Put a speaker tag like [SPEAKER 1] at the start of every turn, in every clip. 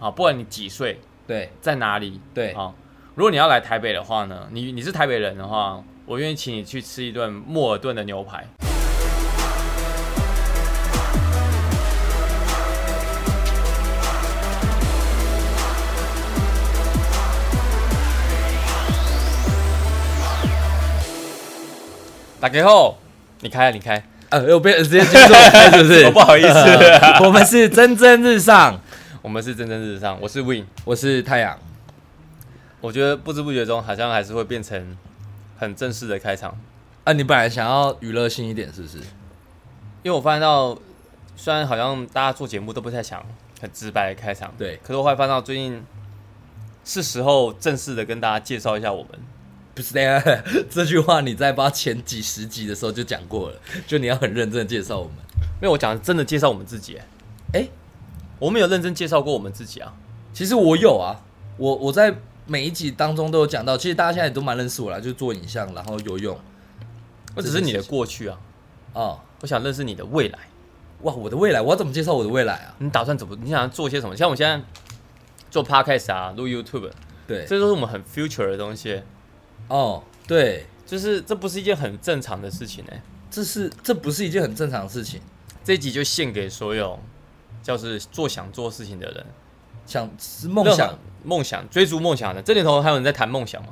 [SPEAKER 1] 好，不管你几岁，
[SPEAKER 2] 对
[SPEAKER 1] 在哪里，
[SPEAKER 2] 对，
[SPEAKER 1] 好，如果你要来台北的话呢，你你是台北人的话，我愿意请你去吃一顿莫尔顿的牛排。？
[SPEAKER 2] 打开后，你开啊，你开。呃，我被直接接受开是不 是
[SPEAKER 1] 不好意思，
[SPEAKER 2] 我们是蒸蒸日上，
[SPEAKER 1] 我们是蒸蒸日上，我是 Win。
[SPEAKER 2] 我是太阳。
[SPEAKER 1] 我觉得不知不觉中好像还是会变成很正式的开场，
[SPEAKER 2] 啊，你本来想要娱乐性一点，是不是？
[SPEAKER 1] 因为我发现到，虽然好像大家做节目都不太想很直白的开场，
[SPEAKER 2] 对
[SPEAKER 1] 可是我后来发现到最近是时候正式的跟大家介绍一下我们。
[SPEAKER 2] 不是那样， 这句话你在八前几十集的时候就讲过了，就你要很认真的介绍我们。
[SPEAKER 1] 没有，我讲的真的介绍我们自己。
[SPEAKER 2] 诶
[SPEAKER 1] 我们有认真介绍过我们自己啊。
[SPEAKER 2] 其实我有啊，我我在每一集当中都有讲到，其实大家现在也都蛮认识我啦，就是做影像，然后游泳
[SPEAKER 1] 我只是你的过去啊，
[SPEAKER 2] 哦。
[SPEAKER 1] 我想认识你的未来。
[SPEAKER 2] 哇，我的未来，我要怎么介绍我的未来啊？
[SPEAKER 1] 你打算怎么？你想要做些什么？像我现在做 podcast 啊，录 YouTube，
[SPEAKER 2] 对，
[SPEAKER 1] 这都是我们很 future 的东西。
[SPEAKER 2] 哦，对，
[SPEAKER 1] 就是这不是一件很正常的事情哎、
[SPEAKER 2] 这是这不是一件很正常的事情。
[SPEAKER 1] 这一集就献给所有，就是做想做事情的人，
[SPEAKER 2] 想是梦
[SPEAKER 1] 任
[SPEAKER 2] 想
[SPEAKER 1] 何梦想追逐梦想的。这年头还有人在谈梦想吗？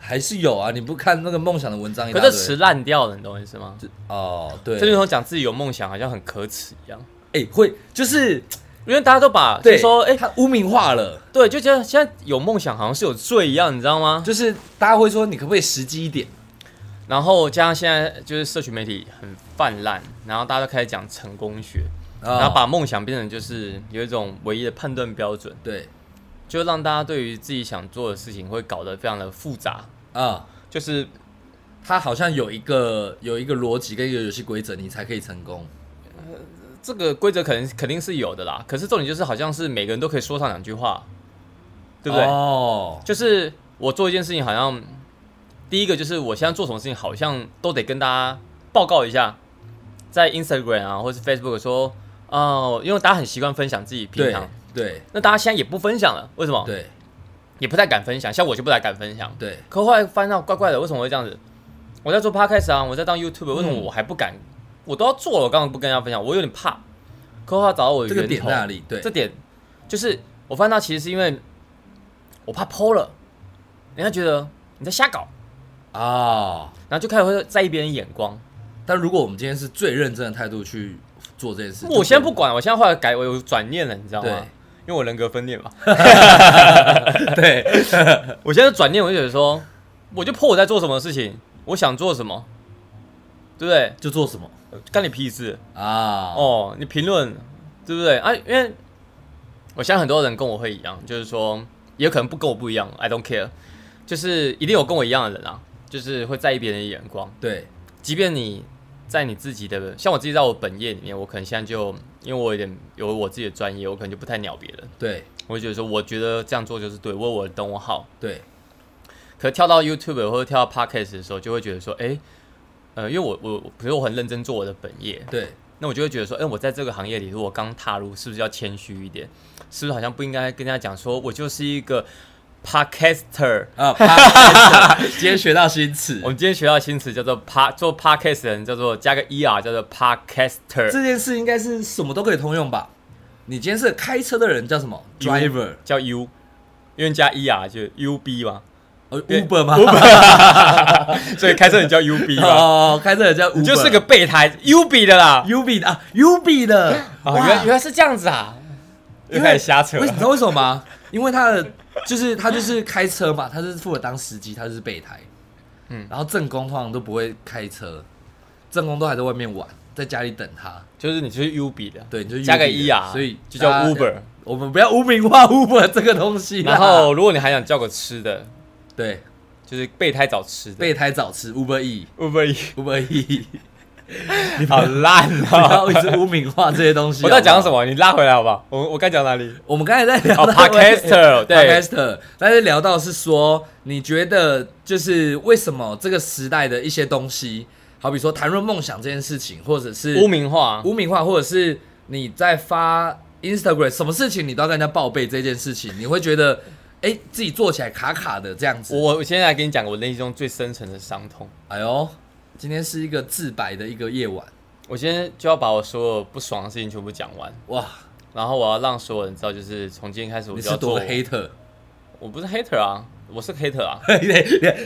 [SPEAKER 2] 还是有啊，你不看那个梦想的文章一
[SPEAKER 1] 可
[SPEAKER 2] 大
[SPEAKER 1] 这
[SPEAKER 2] 堆，
[SPEAKER 1] 词烂掉了，你懂我意思吗？
[SPEAKER 2] 哦，对，
[SPEAKER 1] 这年头讲自己有梦想，好像很可耻一样，
[SPEAKER 2] 哎、会就是
[SPEAKER 1] 因为大家都把就
[SPEAKER 2] 对
[SPEAKER 1] 说哎、
[SPEAKER 2] 他污名化了，
[SPEAKER 1] 对，就觉得现在有梦想好像是有罪一样，你知道吗？
[SPEAKER 2] 就是大家会说你可不可以实际一点？
[SPEAKER 1] 然后加上现在就是社群媒体很泛滥，然后大家都开始讲成功学，
[SPEAKER 2] 啊
[SPEAKER 1] 然后把梦想变成就是有一种唯一的判断标准，
[SPEAKER 2] 对
[SPEAKER 1] 就让大家对于自己想做的事情会搞得非常的复杂，
[SPEAKER 2] 啊，
[SPEAKER 1] 就是
[SPEAKER 2] 他好像有一个有一个逻辑跟一个游戏规则，你才可以成功。
[SPEAKER 1] 这个规则肯定肯定是有的啦，可是重点就是好像是每个人都可以说上两句话，对不对？
[SPEAKER 2] 哦，
[SPEAKER 1] 就是我做一件事情，好像第一个就是我现在做什么事情，好像都得跟大家报告一下，在 Instagram 啊，或是 Facebook 说，哦、因为大家很习惯分享自己平
[SPEAKER 2] 对
[SPEAKER 1] 常，哦
[SPEAKER 2] 对
[SPEAKER 1] 那大家现在也不分享了，为什么？
[SPEAKER 2] 对
[SPEAKER 1] 也不太敢分享，像我就不太敢分享。
[SPEAKER 2] 对，
[SPEAKER 1] 可后来翻到怪怪的，为什么会这样子？我在做 podcast 啊，我在当 YouTube，为什么
[SPEAKER 2] 嗯
[SPEAKER 1] 我还不敢？我都要做了，我刚刚不跟大家分享，我有点怕。可后来找到我的
[SPEAKER 2] 这个
[SPEAKER 1] 源
[SPEAKER 2] 点
[SPEAKER 1] 头，
[SPEAKER 2] 在哪里？对
[SPEAKER 1] 这点就是我发现到，其实是因为我怕剖了，人家觉得你在瞎搞，
[SPEAKER 2] 啊、
[SPEAKER 1] 然后就开始会在意别人眼光。
[SPEAKER 2] 但如果我们今天是最认真的态度去做这件事，
[SPEAKER 1] 我
[SPEAKER 2] 先
[SPEAKER 1] 现在不管，我现在后来改，我有转念了，你知道
[SPEAKER 2] 对
[SPEAKER 1] 吗？因为我人格分裂嘛，
[SPEAKER 2] 对，
[SPEAKER 1] 我现在转念，我就觉得说，我就破我在做什么事情，我想做什么，对不对？
[SPEAKER 2] 就做什么
[SPEAKER 1] 干你屁事
[SPEAKER 2] 啊？哦，
[SPEAKER 1] 哦！你评论对不对啊？因为我相信很多人跟我会一样，就是说，也有可能不跟我不一样，I don't care，就是一定有跟我一样的人啊，就是会在意别人的眼光。
[SPEAKER 2] 对
[SPEAKER 1] 即便你在你自己的，像我自己在我本业里面，我可能现在就因为我有点有我自己的专业，我可能就不太鸟别人，
[SPEAKER 2] 对
[SPEAKER 1] 我会觉得说，我觉得这样做就是对，为我等我好。
[SPEAKER 2] 对
[SPEAKER 1] 可跳到 YouTube 或者跳到 Podcast 的时候，就会觉得说，哎、呃，因为我我比如说我很认真做我的本业，
[SPEAKER 2] 对
[SPEAKER 1] 那我就会觉得说，哎、我在这个行业里，如果刚踏入，是不是要谦虚一点？是不是好像不应该跟大家讲说，我就是一个 Podcaster？
[SPEAKER 2] 啊！啪今天学到新词，
[SPEAKER 1] 我们今天学到的新词叫做 pod，做 podcast 的人叫做加个 er 叫做 podcaster。
[SPEAKER 2] 这件事应该是什么都可以通用吧？你今天是开车的人叫什么
[SPEAKER 1] U
[SPEAKER 2] ？Driver，
[SPEAKER 1] 叫 U，因为加 E R 就是 U B 嘛，
[SPEAKER 2] 呃
[SPEAKER 1] 对
[SPEAKER 2] ，Uber 吗？
[SPEAKER 1] 所以开车你叫 U B 嘛，
[SPEAKER 2] 哦，开车的人叫 Uber，
[SPEAKER 1] 你就是个备胎 U B 的啦。
[SPEAKER 2] UB 的啊，UB 的。
[SPEAKER 1] 哦，
[SPEAKER 2] 哇
[SPEAKER 1] 原来原来是这样子啊，又
[SPEAKER 2] 因
[SPEAKER 1] 开
[SPEAKER 2] 为
[SPEAKER 1] 始瞎扯
[SPEAKER 2] 为你
[SPEAKER 1] 了
[SPEAKER 2] 知。道为什么吗？因为他的就是他就是开车嘛，他就是负责当司机，他就是备胎。嗯
[SPEAKER 1] 嗯，
[SPEAKER 2] 然后正宫通常都不会开车，正宫都还在外面玩，在家里等他。
[SPEAKER 1] 就是你就是 U B 的，
[SPEAKER 2] 对，你就 UB
[SPEAKER 1] 加个
[SPEAKER 2] 的
[SPEAKER 1] E R，
[SPEAKER 2] 所以
[SPEAKER 1] 就叫
[SPEAKER 2] 大家
[SPEAKER 1] Uber。
[SPEAKER 2] 我们不要污名化 Uber 这个东西啦。
[SPEAKER 1] 然后如果你还想叫个吃的，
[SPEAKER 2] 对
[SPEAKER 1] 就是备胎找吃的
[SPEAKER 2] 备胎早吃 Uber E，Uber
[SPEAKER 1] ，Uber E，
[SPEAKER 2] E。
[SPEAKER 1] 你好烂
[SPEAKER 2] 不
[SPEAKER 1] 哦。
[SPEAKER 2] 要一直污名化这些 东西。
[SPEAKER 1] 我在讲什
[SPEAKER 2] 么？
[SPEAKER 1] 么？你拉回来好不好？我我刚讲哪里？
[SPEAKER 2] 我们刚才在聊
[SPEAKER 1] 哦
[SPEAKER 2] 到
[SPEAKER 1] ，podcaster，对
[SPEAKER 2] podcaster，但是聊到是说，你觉得就是为什么这个时代的一些东西，好比说谈论梦想这件事情，或者是
[SPEAKER 1] 污名化，
[SPEAKER 2] 污名化，或者是你在发 Instagram 什么事情你都要跟人家报备这件事情，你会觉得哎、自己做起来卡卡的这样子。
[SPEAKER 1] 我我现在来跟你讲我内心中最深层的伤痛，
[SPEAKER 2] 哎呦，今天是一个自白的一个夜晚，
[SPEAKER 1] 我今天就要把我所有不爽的事情全部讲完，
[SPEAKER 2] 哇，
[SPEAKER 1] 然后我要让所有人知道，就是从今天开始我
[SPEAKER 2] 你
[SPEAKER 1] 就要
[SPEAKER 2] 是
[SPEAKER 1] 做我
[SPEAKER 2] 多个 hater，
[SPEAKER 1] 我不是 hater 啊，我是 hater 啊，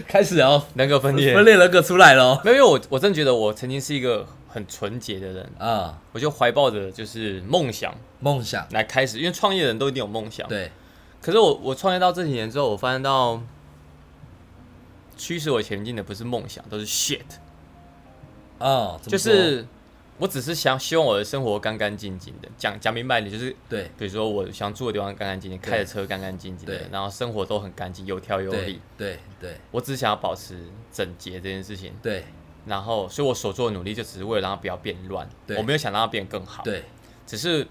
[SPEAKER 2] 开始哦，
[SPEAKER 1] 人格分裂。
[SPEAKER 2] 分
[SPEAKER 1] 没
[SPEAKER 2] 裂人格出来喽，
[SPEAKER 1] 有，因为我我真的觉得我曾经是一个很纯洁的人，
[SPEAKER 2] 啊，
[SPEAKER 1] 我就怀抱着就是梦想
[SPEAKER 2] 梦想，
[SPEAKER 1] 来开始，因为创业的人都一定有梦想。
[SPEAKER 2] 对，
[SPEAKER 1] 可是我我创业到这几年之后，我发现到驱使我前进的不是梦想，都是 shit，
[SPEAKER 2] 哦，怎么
[SPEAKER 1] 就
[SPEAKER 2] 说
[SPEAKER 1] 是我只是想希望我的生活干干净净的。讲讲明白一点，就是
[SPEAKER 2] 对
[SPEAKER 1] 比如说我想住的地方干干净净，
[SPEAKER 2] 对
[SPEAKER 1] 开的车干干净净的
[SPEAKER 2] 对，
[SPEAKER 1] 然后生活都很干净，有条有
[SPEAKER 2] 对
[SPEAKER 1] 理。
[SPEAKER 2] 对对
[SPEAKER 1] 我只想要保持整洁这件事情，
[SPEAKER 2] 对
[SPEAKER 1] 然后所以我所做的努力就只是为了让它不要变乱，
[SPEAKER 2] 对
[SPEAKER 1] 我没有想让它变更好，
[SPEAKER 2] 对
[SPEAKER 1] 只是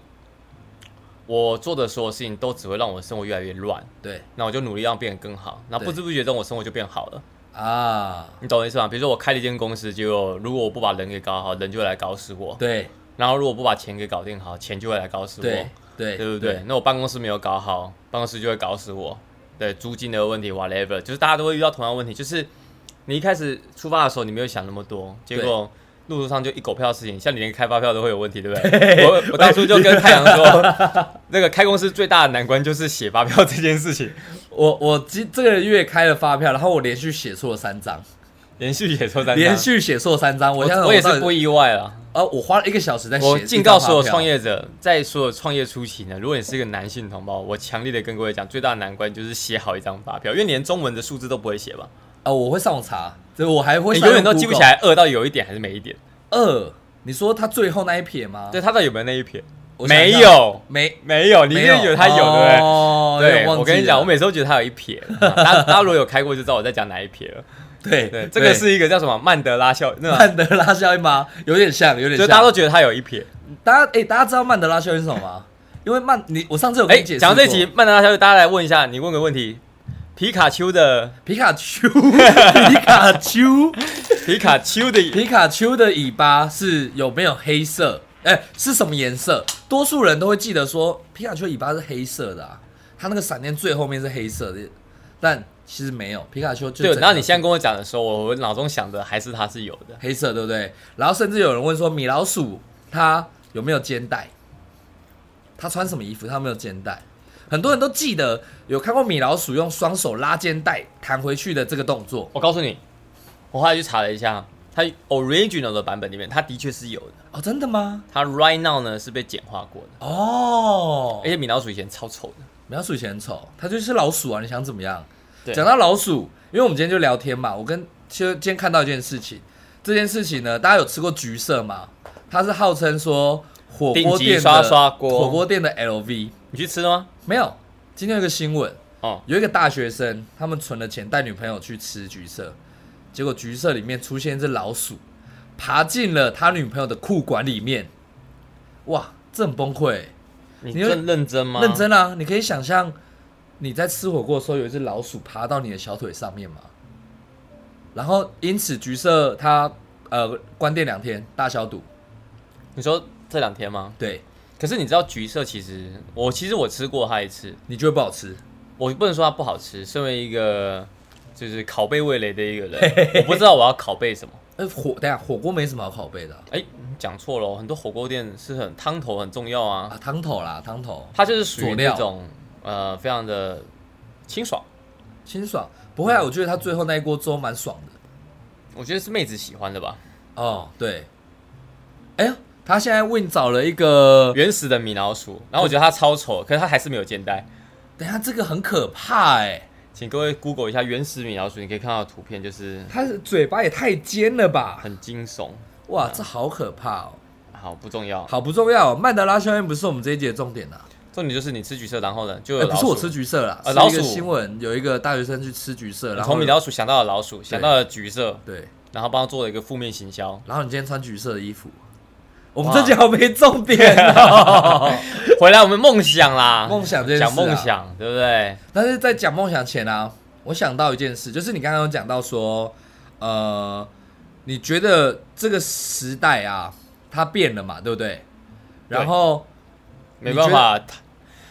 [SPEAKER 1] 我做的所有事情都只会让我的生活越来越乱。
[SPEAKER 2] 对
[SPEAKER 1] 那我就努力让变得更好，那
[SPEAKER 2] 对
[SPEAKER 1] 不知不觉中我生活就变好了，
[SPEAKER 2] 啊，
[SPEAKER 1] 你懂我意思吗？比如说我开了一间公司，结果如果我不把人给搞好，人就会来搞死我；
[SPEAKER 2] 对
[SPEAKER 1] 然后如果不把钱给搞定好，钱就会来搞死我，
[SPEAKER 2] 对对
[SPEAKER 1] 对不对？那我办公室没有搞好，办公室就会搞死我。对，租金的问题，whatever，就是大家都会遇到同样的问题，就是你一开始出发的时候你没有想那么多，结果。路途上就一狗票的事情，像你连开发票都会有问题，对不对？我我当初就跟太阳说， 那个开公司最大的难关就是写发票这件事情。
[SPEAKER 2] 我我今这个月开了发票，然后我连续写错了三张，
[SPEAKER 1] 连续写错三张，
[SPEAKER 2] 连续写错三张，我
[SPEAKER 1] 啊我
[SPEAKER 2] 现在
[SPEAKER 1] 我也是
[SPEAKER 2] 不
[SPEAKER 1] 不意外啦。
[SPEAKER 2] 啊，我花了一个小时在写。
[SPEAKER 1] 我敬告所有创，业者，在所有创业初期呢，如果你是一个男性同胞，我强烈的跟各位讲，最大的难关就是写好一张发票，因为你连中文的数字都不会写吧，
[SPEAKER 2] 啊，我会上网查，这我还会
[SPEAKER 1] 你
[SPEAKER 2] 上
[SPEAKER 1] 永远
[SPEAKER 2] 网
[SPEAKER 1] 都记不起来二到底有一点还是没一点，
[SPEAKER 2] Google。二，你说他最后那一撇吗？
[SPEAKER 1] 对，，他到底有没有那一撇？
[SPEAKER 2] 我想一
[SPEAKER 1] 没
[SPEAKER 2] 下，
[SPEAKER 1] 有，
[SPEAKER 2] 没，
[SPEAKER 1] 没有，你一
[SPEAKER 2] 没
[SPEAKER 1] 定有他有，对不对？
[SPEAKER 2] 哦，有
[SPEAKER 1] 对，
[SPEAKER 2] 点忘记
[SPEAKER 1] 我跟你讲，
[SPEAKER 2] 了
[SPEAKER 1] 我每次都觉得他有一 撇，啊大家大家如果有开过就知道我在讲哪一撇了。
[SPEAKER 2] 对
[SPEAKER 1] 对，这个是一个叫什么曼德拉效，那种，
[SPEAKER 2] 曼德拉效应吗？有点像，有点
[SPEAKER 1] 就
[SPEAKER 2] 像。
[SPEAKER 1] 大家都觉得他有一撇。
[SPEAKER 2] 大家哎，大家知道曼德拉效应是什么吗？因为曼，你我上次有跟
[SPEAKER 1] 哎，
[SPEAKER 2] 你解释
[SPEAKER 1] 讲到这一
[SPEAKER 2] 过
[SPEAKER 1] 集曼德拉效应，大家来问一下，你问个问题，皮卡丘的
[SPEAKER 2] 皮卡丘， 皮卡丘，
[SPEAKER 1] 皮卡丘的
[SPEAKER 2] 皮卡丘的尾巴是有没有黑色？哎、是什么颜色？多数人都会记得说，皮卡丘尾巴是黑色的啊，它那个闪电最后面是黑色的，但其实没有，皮卡丘就
[SPEAKER 1] 对，
[SPEAKER 2] 整
[SPEAKER 1] 然后你
[SPEAKER 2] 条
[SPEAKER 1] 现在跟我讲的时候，我我脑中想的还是它是有的。
[SPEAKER 2] 黑色，对不对？然后甚至有人问说，米老鼠它有没有肩带？它穿什么衣服？它有没有肩带？很多人都记得有看过米老鼠用双手拉肩带弹回去的这个动作
[SPEAKER 1] 我告诉你，我后来去查了一下，它 original 的版本里面，它的确是有的。
[SPEAKER 2] 哦，真的吗？
[SPEAKER 1] 它 right now 呢是被简化过的，
[SPEAKER 2] 哦
[SPEAKER 1] 而，且米老鼠以前超丑的。
[SPEAKER 2] 米老鼠以前很丑，它就是老鼠啊！你想怎么样？
[SPEAKER 1] 对
[SPEAKER 2] 讲到老鼠，因为我们今天就聊天嘛，我跟其实今天看到一件事情，这件事情呢，大家有吃过橘色吗？它是号称说火锅
[SPEAKER 1] 顶级
[SPEAKER 2] 店的
[SPEAKER 1] 刷刷锅
[SPEAKER 2] 火锅店的 LV
[SPEAKER 1] 你去吃了吗？
[SPEAKER 2] 没有。今天有一个新闻，
[SPEAKER 1] 哦，
[SPEAKER 2] 有一个大学生，他们存了钱带女朋友去吃橘色，结果橘色里面出现一只老鼠，爬进了他女朋友的裤管里面，哇，这很崩溃欸、
[SPEAKER 1] 你
[SPEAKER 2] 你有
[SPEAKER 1] 认认真吗？
[SPEAKER 2] 认。真啊！你可以想象你在吃火锅的时候，有一只老鼠爬到你的小腿上面嘛，然后因此橘色它呃关店两天大消毒，
[SPEAKER 1] 你说这两天吗？
[SPEAKER 2] 对
[SPEAKER 1] 可是你知道橘色其实我其实我吃过它一次，
[SPEAKER 2] 你觉得不好吃？
[SPEAKER 1] 我不能说它不好吃。身为一个就是拷贝味蕾的一个 人，我不知道我要拷贝什么。
[SPEAKER 2] 呃，火等一下火锅没什么好拷贝的啊
[SPEAKER 1] 哎，讲错了哦，很多火锅店是很汤头很重要啊。
[SPEAKER 2] 啊，汤头啦，汤头
[SPEAKER 1] 它就是属于
[SPEAKER 2] 佐
[SPEAKER 1] 那
[SPEAKER 2] 料
[SPEAKER 1] 种呃非常的清爽，
[SPEAKER 2] 清爽，不会啊，
[SPEAKER 1] 嗯
[SPEAKER 2] 我觉得它最后那一锅粥蛮爽的
[SPEAKER 1] 我觉得是妹子喜欢的吧。
[SPEAKER 2] 哦，对，哎呀，他现在问找了一个，
[SPEAKER 1] 原始的米老鼠，然后我觉得它超丑，可是它还是没有肩带。
[SPEAKER 2] 等一下这个很可怕哎、
[SPEAKER 1] 请各位 Google 一下原始米老鼠，你可以看到图片，就是
[SPEAKER 2] 他的嘴巴也太尖了吧，
[SPEAKER 1] 很惊悚。嗯
[SPEAKER 2] 哇，这好可怕哦。
[SPEAKER 1] 好，不重要，
[SPEAKER 2] 好不重要、曼德拉效应不是我们这一节的重点啊。
[SPEAKER 1] 重点就是你吃橘色，然后呢就啊
[SPEAKER 2] 哎、
[SPEAKER 1] 有老
[SPEAKER 2] 不
[SPEAKER 1] 鼠。
[SPEAKER 2] 是我吃橘色啦，
[SPEAKER 1] 呃老
[SPEAKER 2] 是一
[SPEAKER 1] 鼠
[SPEAKER 2] 个新闻有一个大学生去吃橘色，
[SPEAKER 1] 你
[SPEAKER 2] 然后
[SPEAKER 1] 从米老鼠想到了老鼠，想到了橘色，
[SPEAKER 2] 对，
[SPEAKER 1] 然后帮他做了一个负面行销。
[SPEAKER 2] 然后你今天穿橘色的衣服，我们
[SPEAKER 1] 哇
[SPEAKER 2] 这节好没重点 哦。
[SPEAKER 1] 回来我们梦想啦，
[SPEAKER 2] 梦想这件事啊
[SPEAKER 1] 讲梦想，对不对？
[SPEAKER 2] 但是在讲梦想前啊，我想到一件事，就是你刚刚有讲到说，呃，你觉得这个时代啊，它变了嘛，对不对？然后
[SPEAKER 1] 没办法，他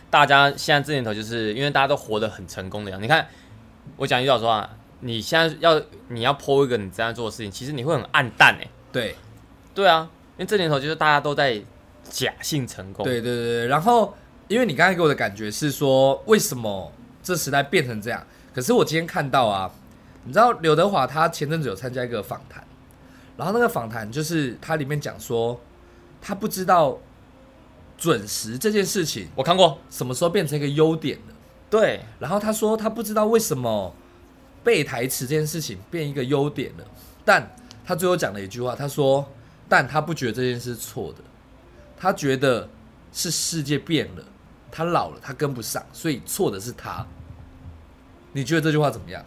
[SPEAKER 1] 大家现在这年头就是因为大家都活得很成功的样子。你看，我讲一句老实话，你现在要你要剖一个你这样做的事情，其实你会很暗淡哎、
[SPEAKER 2] 对
[SPEAKER 1] 对啊，因为这年头就是大家都在假性成功。
[SPEAKER 2] 对对对对，然后因为你刚才给我的感觉是说，为什么这时代变成这样？可是我今天看到啊，你知道刘德华他前阵子有参加一个访谈，然后那个访谈就是他里面讲说，他不知道准时这件事情
[SPEAKER 1] 我看过，
[SPEAKER 2] 什么时候变成一个优点了。
[SPEAKER 1] 对，
[SPEAKER 2] 然后他说他不知道为什么背台词这件事情变一个优点了，但他最后讲了一句话，他说，但他不觉得这件事是错的，他觉得是世界变了，他老了，他跟不上，所以错的是他。你觉得这句话怎么样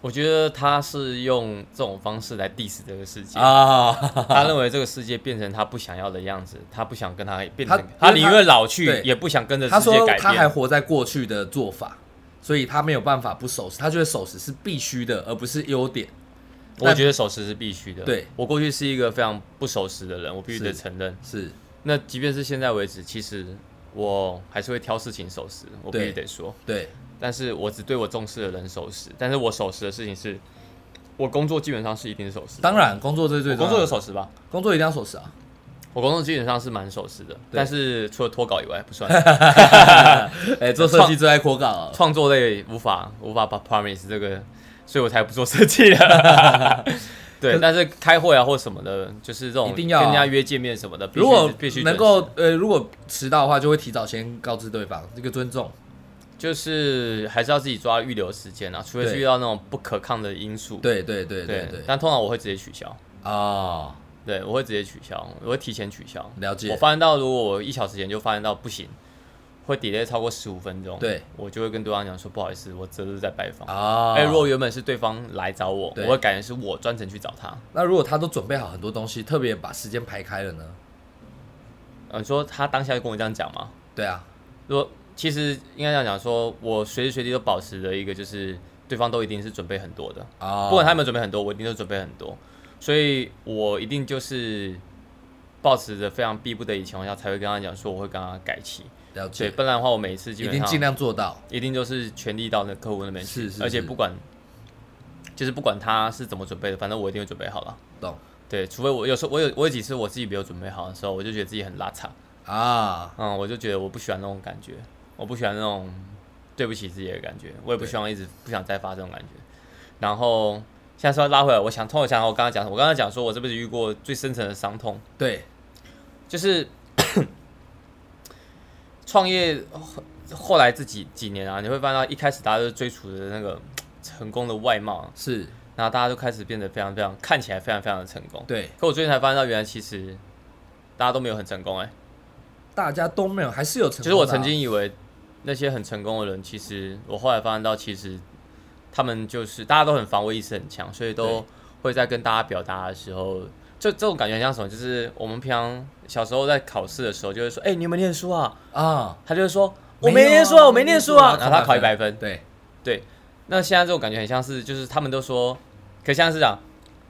[SPEAKER 1] 我觉得他是用这种方式来 diss 这个世界。
[SPEAKER 2] 啊？
[SPEAKER 1] 他认为这个世界变成他不想要的样子，他不想跟他变成
[SPEAKER 2] 他，
[SPEAKER 1] 他宁愿老去
[SPEAKER 2] 对，
[SPEAKER 1] 也不想跟着
[SPEAKER 2] 他
[SPEAKER 1] 世界
[SPEAKER 2] 说
[SPEAKER 1] 改
[SPEAKER 2] 他还
[SPEAKER 1] 变。
[SPEAKER 2] 活在过去的做法，所以他没有办法不守时，他觉得守时是必须的，而不是优点。
[SPEAKER 1] 我觉得守时是必须的。
[SPEAKER 2] 对
[SPEAKER 1] 我过去是一个非常不守时的人，我必须得
[SPEAKER 2] 是
[SPEAKER 1] 承认。
[SPEAKER 2] 是
[SPEAKER 1] 那即便是现在为止，其实我还是会挑事情守时，我必须得说。
[SPEAKER 2] 对
[SPEAKER 1] 但是我只对我重视的人守时，但是我守时的事情是，我工作基本上是一定是守时的。
[SPEAKER 2] 当然工作这是最
[SPEAKER 1] 我
[SPEAKER 2] 重
[SPEAKER 1] 工
[SPEAKER 2] 要的
[SPEAKER 1] 作有守时吧？
[SPEAKER 2] 工作一定要守时啊。
[SPEAKER 1] 我工作基本上是蛮守时的，但是除了脱稿以外不算。
[SPEAKER 2] 哎、做设计最爱扩稿、啊，
[SPEAKER 1] 创作类无法无法把 promise 这个，所以我才不做设计了。 对，但是开会啊或什么的，就是这种
[SPEAKER 2] 一定要啊
[SPEAKER 1] 跟人家约见面什么的，必须
[SPEAKER 2] 如果
[SPEAKER 1] 必须准
[SPEAKER 2] 能
[SPEAKER 1] 时
[SPEAKER 2] 够呃，如果迟到的话，就会提早先告知对方，这个尊重。
[SPEAKER 1] 就是还是要自己抓预留时间啊，除非是
[SPEAKER 2] 对
[SPEAKER 1] 遇到那种不可抗的因素。
[SPEAKER 2] 对对对对对。
[SPEAKER 1] 但通常我会直接取消，
[SPEAKER 2] 哦，
[SPEAKER 1] 对我会直接取消，我会提前取消。
[SPEAKER 2] 了解
[SPEAKER 1] 我发现到如果我一小时前就发现到不行，会 delay 超过十五分钟，
[SPEAKER 2] 对，
[SPEAKER 1] 我就会跟对方讲说不好意思，我这是在拜访。
[SPEAKER 2] 哦，
[SPEAKER 1] 哎、如果原本是对方来找我，
[SPEAKER 2] 对
[SPEAKER 1] 我会感觉是我专程去找他。
[SPEAKER 2] 那如果他都准备好很多东西，特别把时间排开了呢？
[SPEAKER 1] 呃，你说他当下就跟我这样讲嘛？
[SPEAKER 2] 对啊，
[SPEAKER 1] 如果其实应该这样讲说，我随时随地都保持着一个，就是对方都一定是准备很多的，
[SPEAKER 2] 哦，
[SPEAKER 1] 不管他有没有准备很多，我一定都准备很多，所以我一定就是保持着非常逼不得已的情况下，才会跟他讲说我会跟他改期。
[SPEAKER 2] 了
[SPEAKER 1] 对，
[SPEAKER 2] 解，
[SPEAKER 1] 不然的话，我每次基
[SPEAKER 2] 一
[SPEAKER 1] 本
[SPEAKER 2] 定
[SPEAKER 1] 上
[SPEAKER 2] 尽量做到。
[SPEAKER 1] 一定就是全力到那客户那边去，
[SPEAKER 2] 是是
[SPEAKER 1] 而且
[SPEAKER 2] 是
[SPEAKER 1] 不管就是不管他是怎么准备的，反正我一定会准备好了。
[SPEAKER 2] 懂
[SPEAKER 1] 对，除非我有时候我有我有几次我自己没有准备好的时候，我就觉得自己很拉差。
[SPEAKER 2] 啊？
[SPEAKER 1] 嗯，我就觉得我不喜欢那种感觉，我不喜欢那种对不起自己的感觉，我也不希望一直不想再发这种感觉。然后现在说拉回来，我想突然想到我刚刚讲什么，我刚刚讲说我这辈子遇过最深层的伤痛，
[SPEAKER 2] 对，
[SPEAKER 1] 就是 创业后后来这几几年啊，你会发现到一开始大家都追逐的那个成功的外貌，
[SPEAKER 2] 是，
[SPEAKER 1] 然后大家都开始变得非常非常看起来非常非常的成功。
[SPEAKER 2] 对，
[SPEAKER 1] 可我最近才发现到，原来其实大家都没有很成功哎、
[SPEAKER 2] 大家都没有，还是有成功、啊
[SPEAKER 1] 其实我曾，经以为那些很成功的人，其实我后来发现到，其实他们就是大家都很防卫意识很强，所以都
[SPEAKER 2] 对
[SPEAKER 1] 会在跟大家表达的时候，就这种感觉很像什么？就是我们平常小时候在考试的时候，就会说：“哎、你有没有念书啊
[SPEAKER 2] 啊？”，
[SPEAKER 1] 他就会说：“我
[SPEAKER 2] 没
[SPEAKER 1] 没
[SPEAKER 2] 有啊
[SPEAKER 1] 念书啊，我没念书啊。”然后他考一
[SPEAKER 2] 100
[SPEAKER 1] 百分。
[SPEAKER 2] 对，
[SPEAKER 1] 对，那现在这种感觉很像是，就是他们都说，可现在是讲，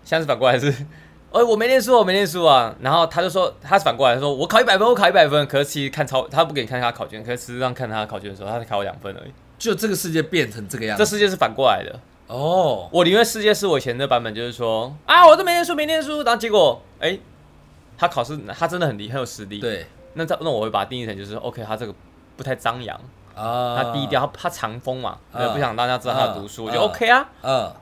[SPEAKER 1] 现在是反过来是， 哎、我没念书，我没念书啊。然后他就说，他反过来说，我考一百分，我考一百分。可是其实看超，他不给你看他考卷，可是实际上看他考卷的时候，他才考我两分而已。
[SPEAKER 2] 就这个世界变成这个样
[SPEAKER 1] 这
[SPEAKER 2] 子。
[SPEAKER 1] 世界是反过来的。
[SPEAKER 2] 哦，
[SPEAKER 1] 我宁愿世界是我以前的版本，就是说啊，我都没念书，没念书。然后结果，哎、他考试他真的很厉，很有实力。，
[SPEAKER 2] 对
[SPEAKER 1] 那他那我会把它定义成就是，OK，他这个不太张扬，
[SPEAKER 2] 啊，
[SPEAKER 1] 他低，调，他他藏锋嘛，
[SPEAKER 2] 啊
[SPEAKER 1] 不想让大家知道他读书，我就
[SPEAKER 2] 啊
[SPEAKER 1] OK 啊。
[SPEAKER 2] 嗯，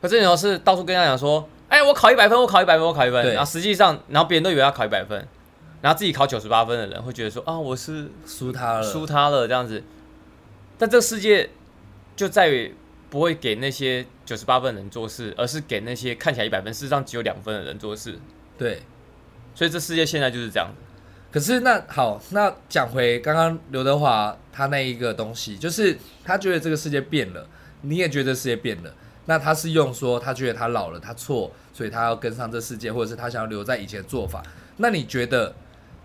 [SPEAKER 1] 可这种是到处跟他讲说，哎、我考一百分，我考一百分，我考一百分，
[SPEAKER 2] 对
[SPEAKER 1] 然后实际上，然后别人都以为他考一百分，然后自己考九十八分的人会觉得说，啊，我是
[SPEAKER 2] 输他了，
[SPEAKER 1] 输他了这样子。但这个世界就在于不会给那些九十八分的人做事，而是给那些看起来一百分，事实上只有两分的人做事。
[SPEAKER 2] 对。
[SPEAKER 1] 所以这世界现在就是这样子。
[SPEAKER 2] 可是那好，那讲回刚刚刘德华他那一个东西，就是他觉得这个世界变了，你也觉得世界变了。那他是用说他觉得他老了，他错，所以他要跟上这世界，或者是他想要留在以前的做法。那你觉得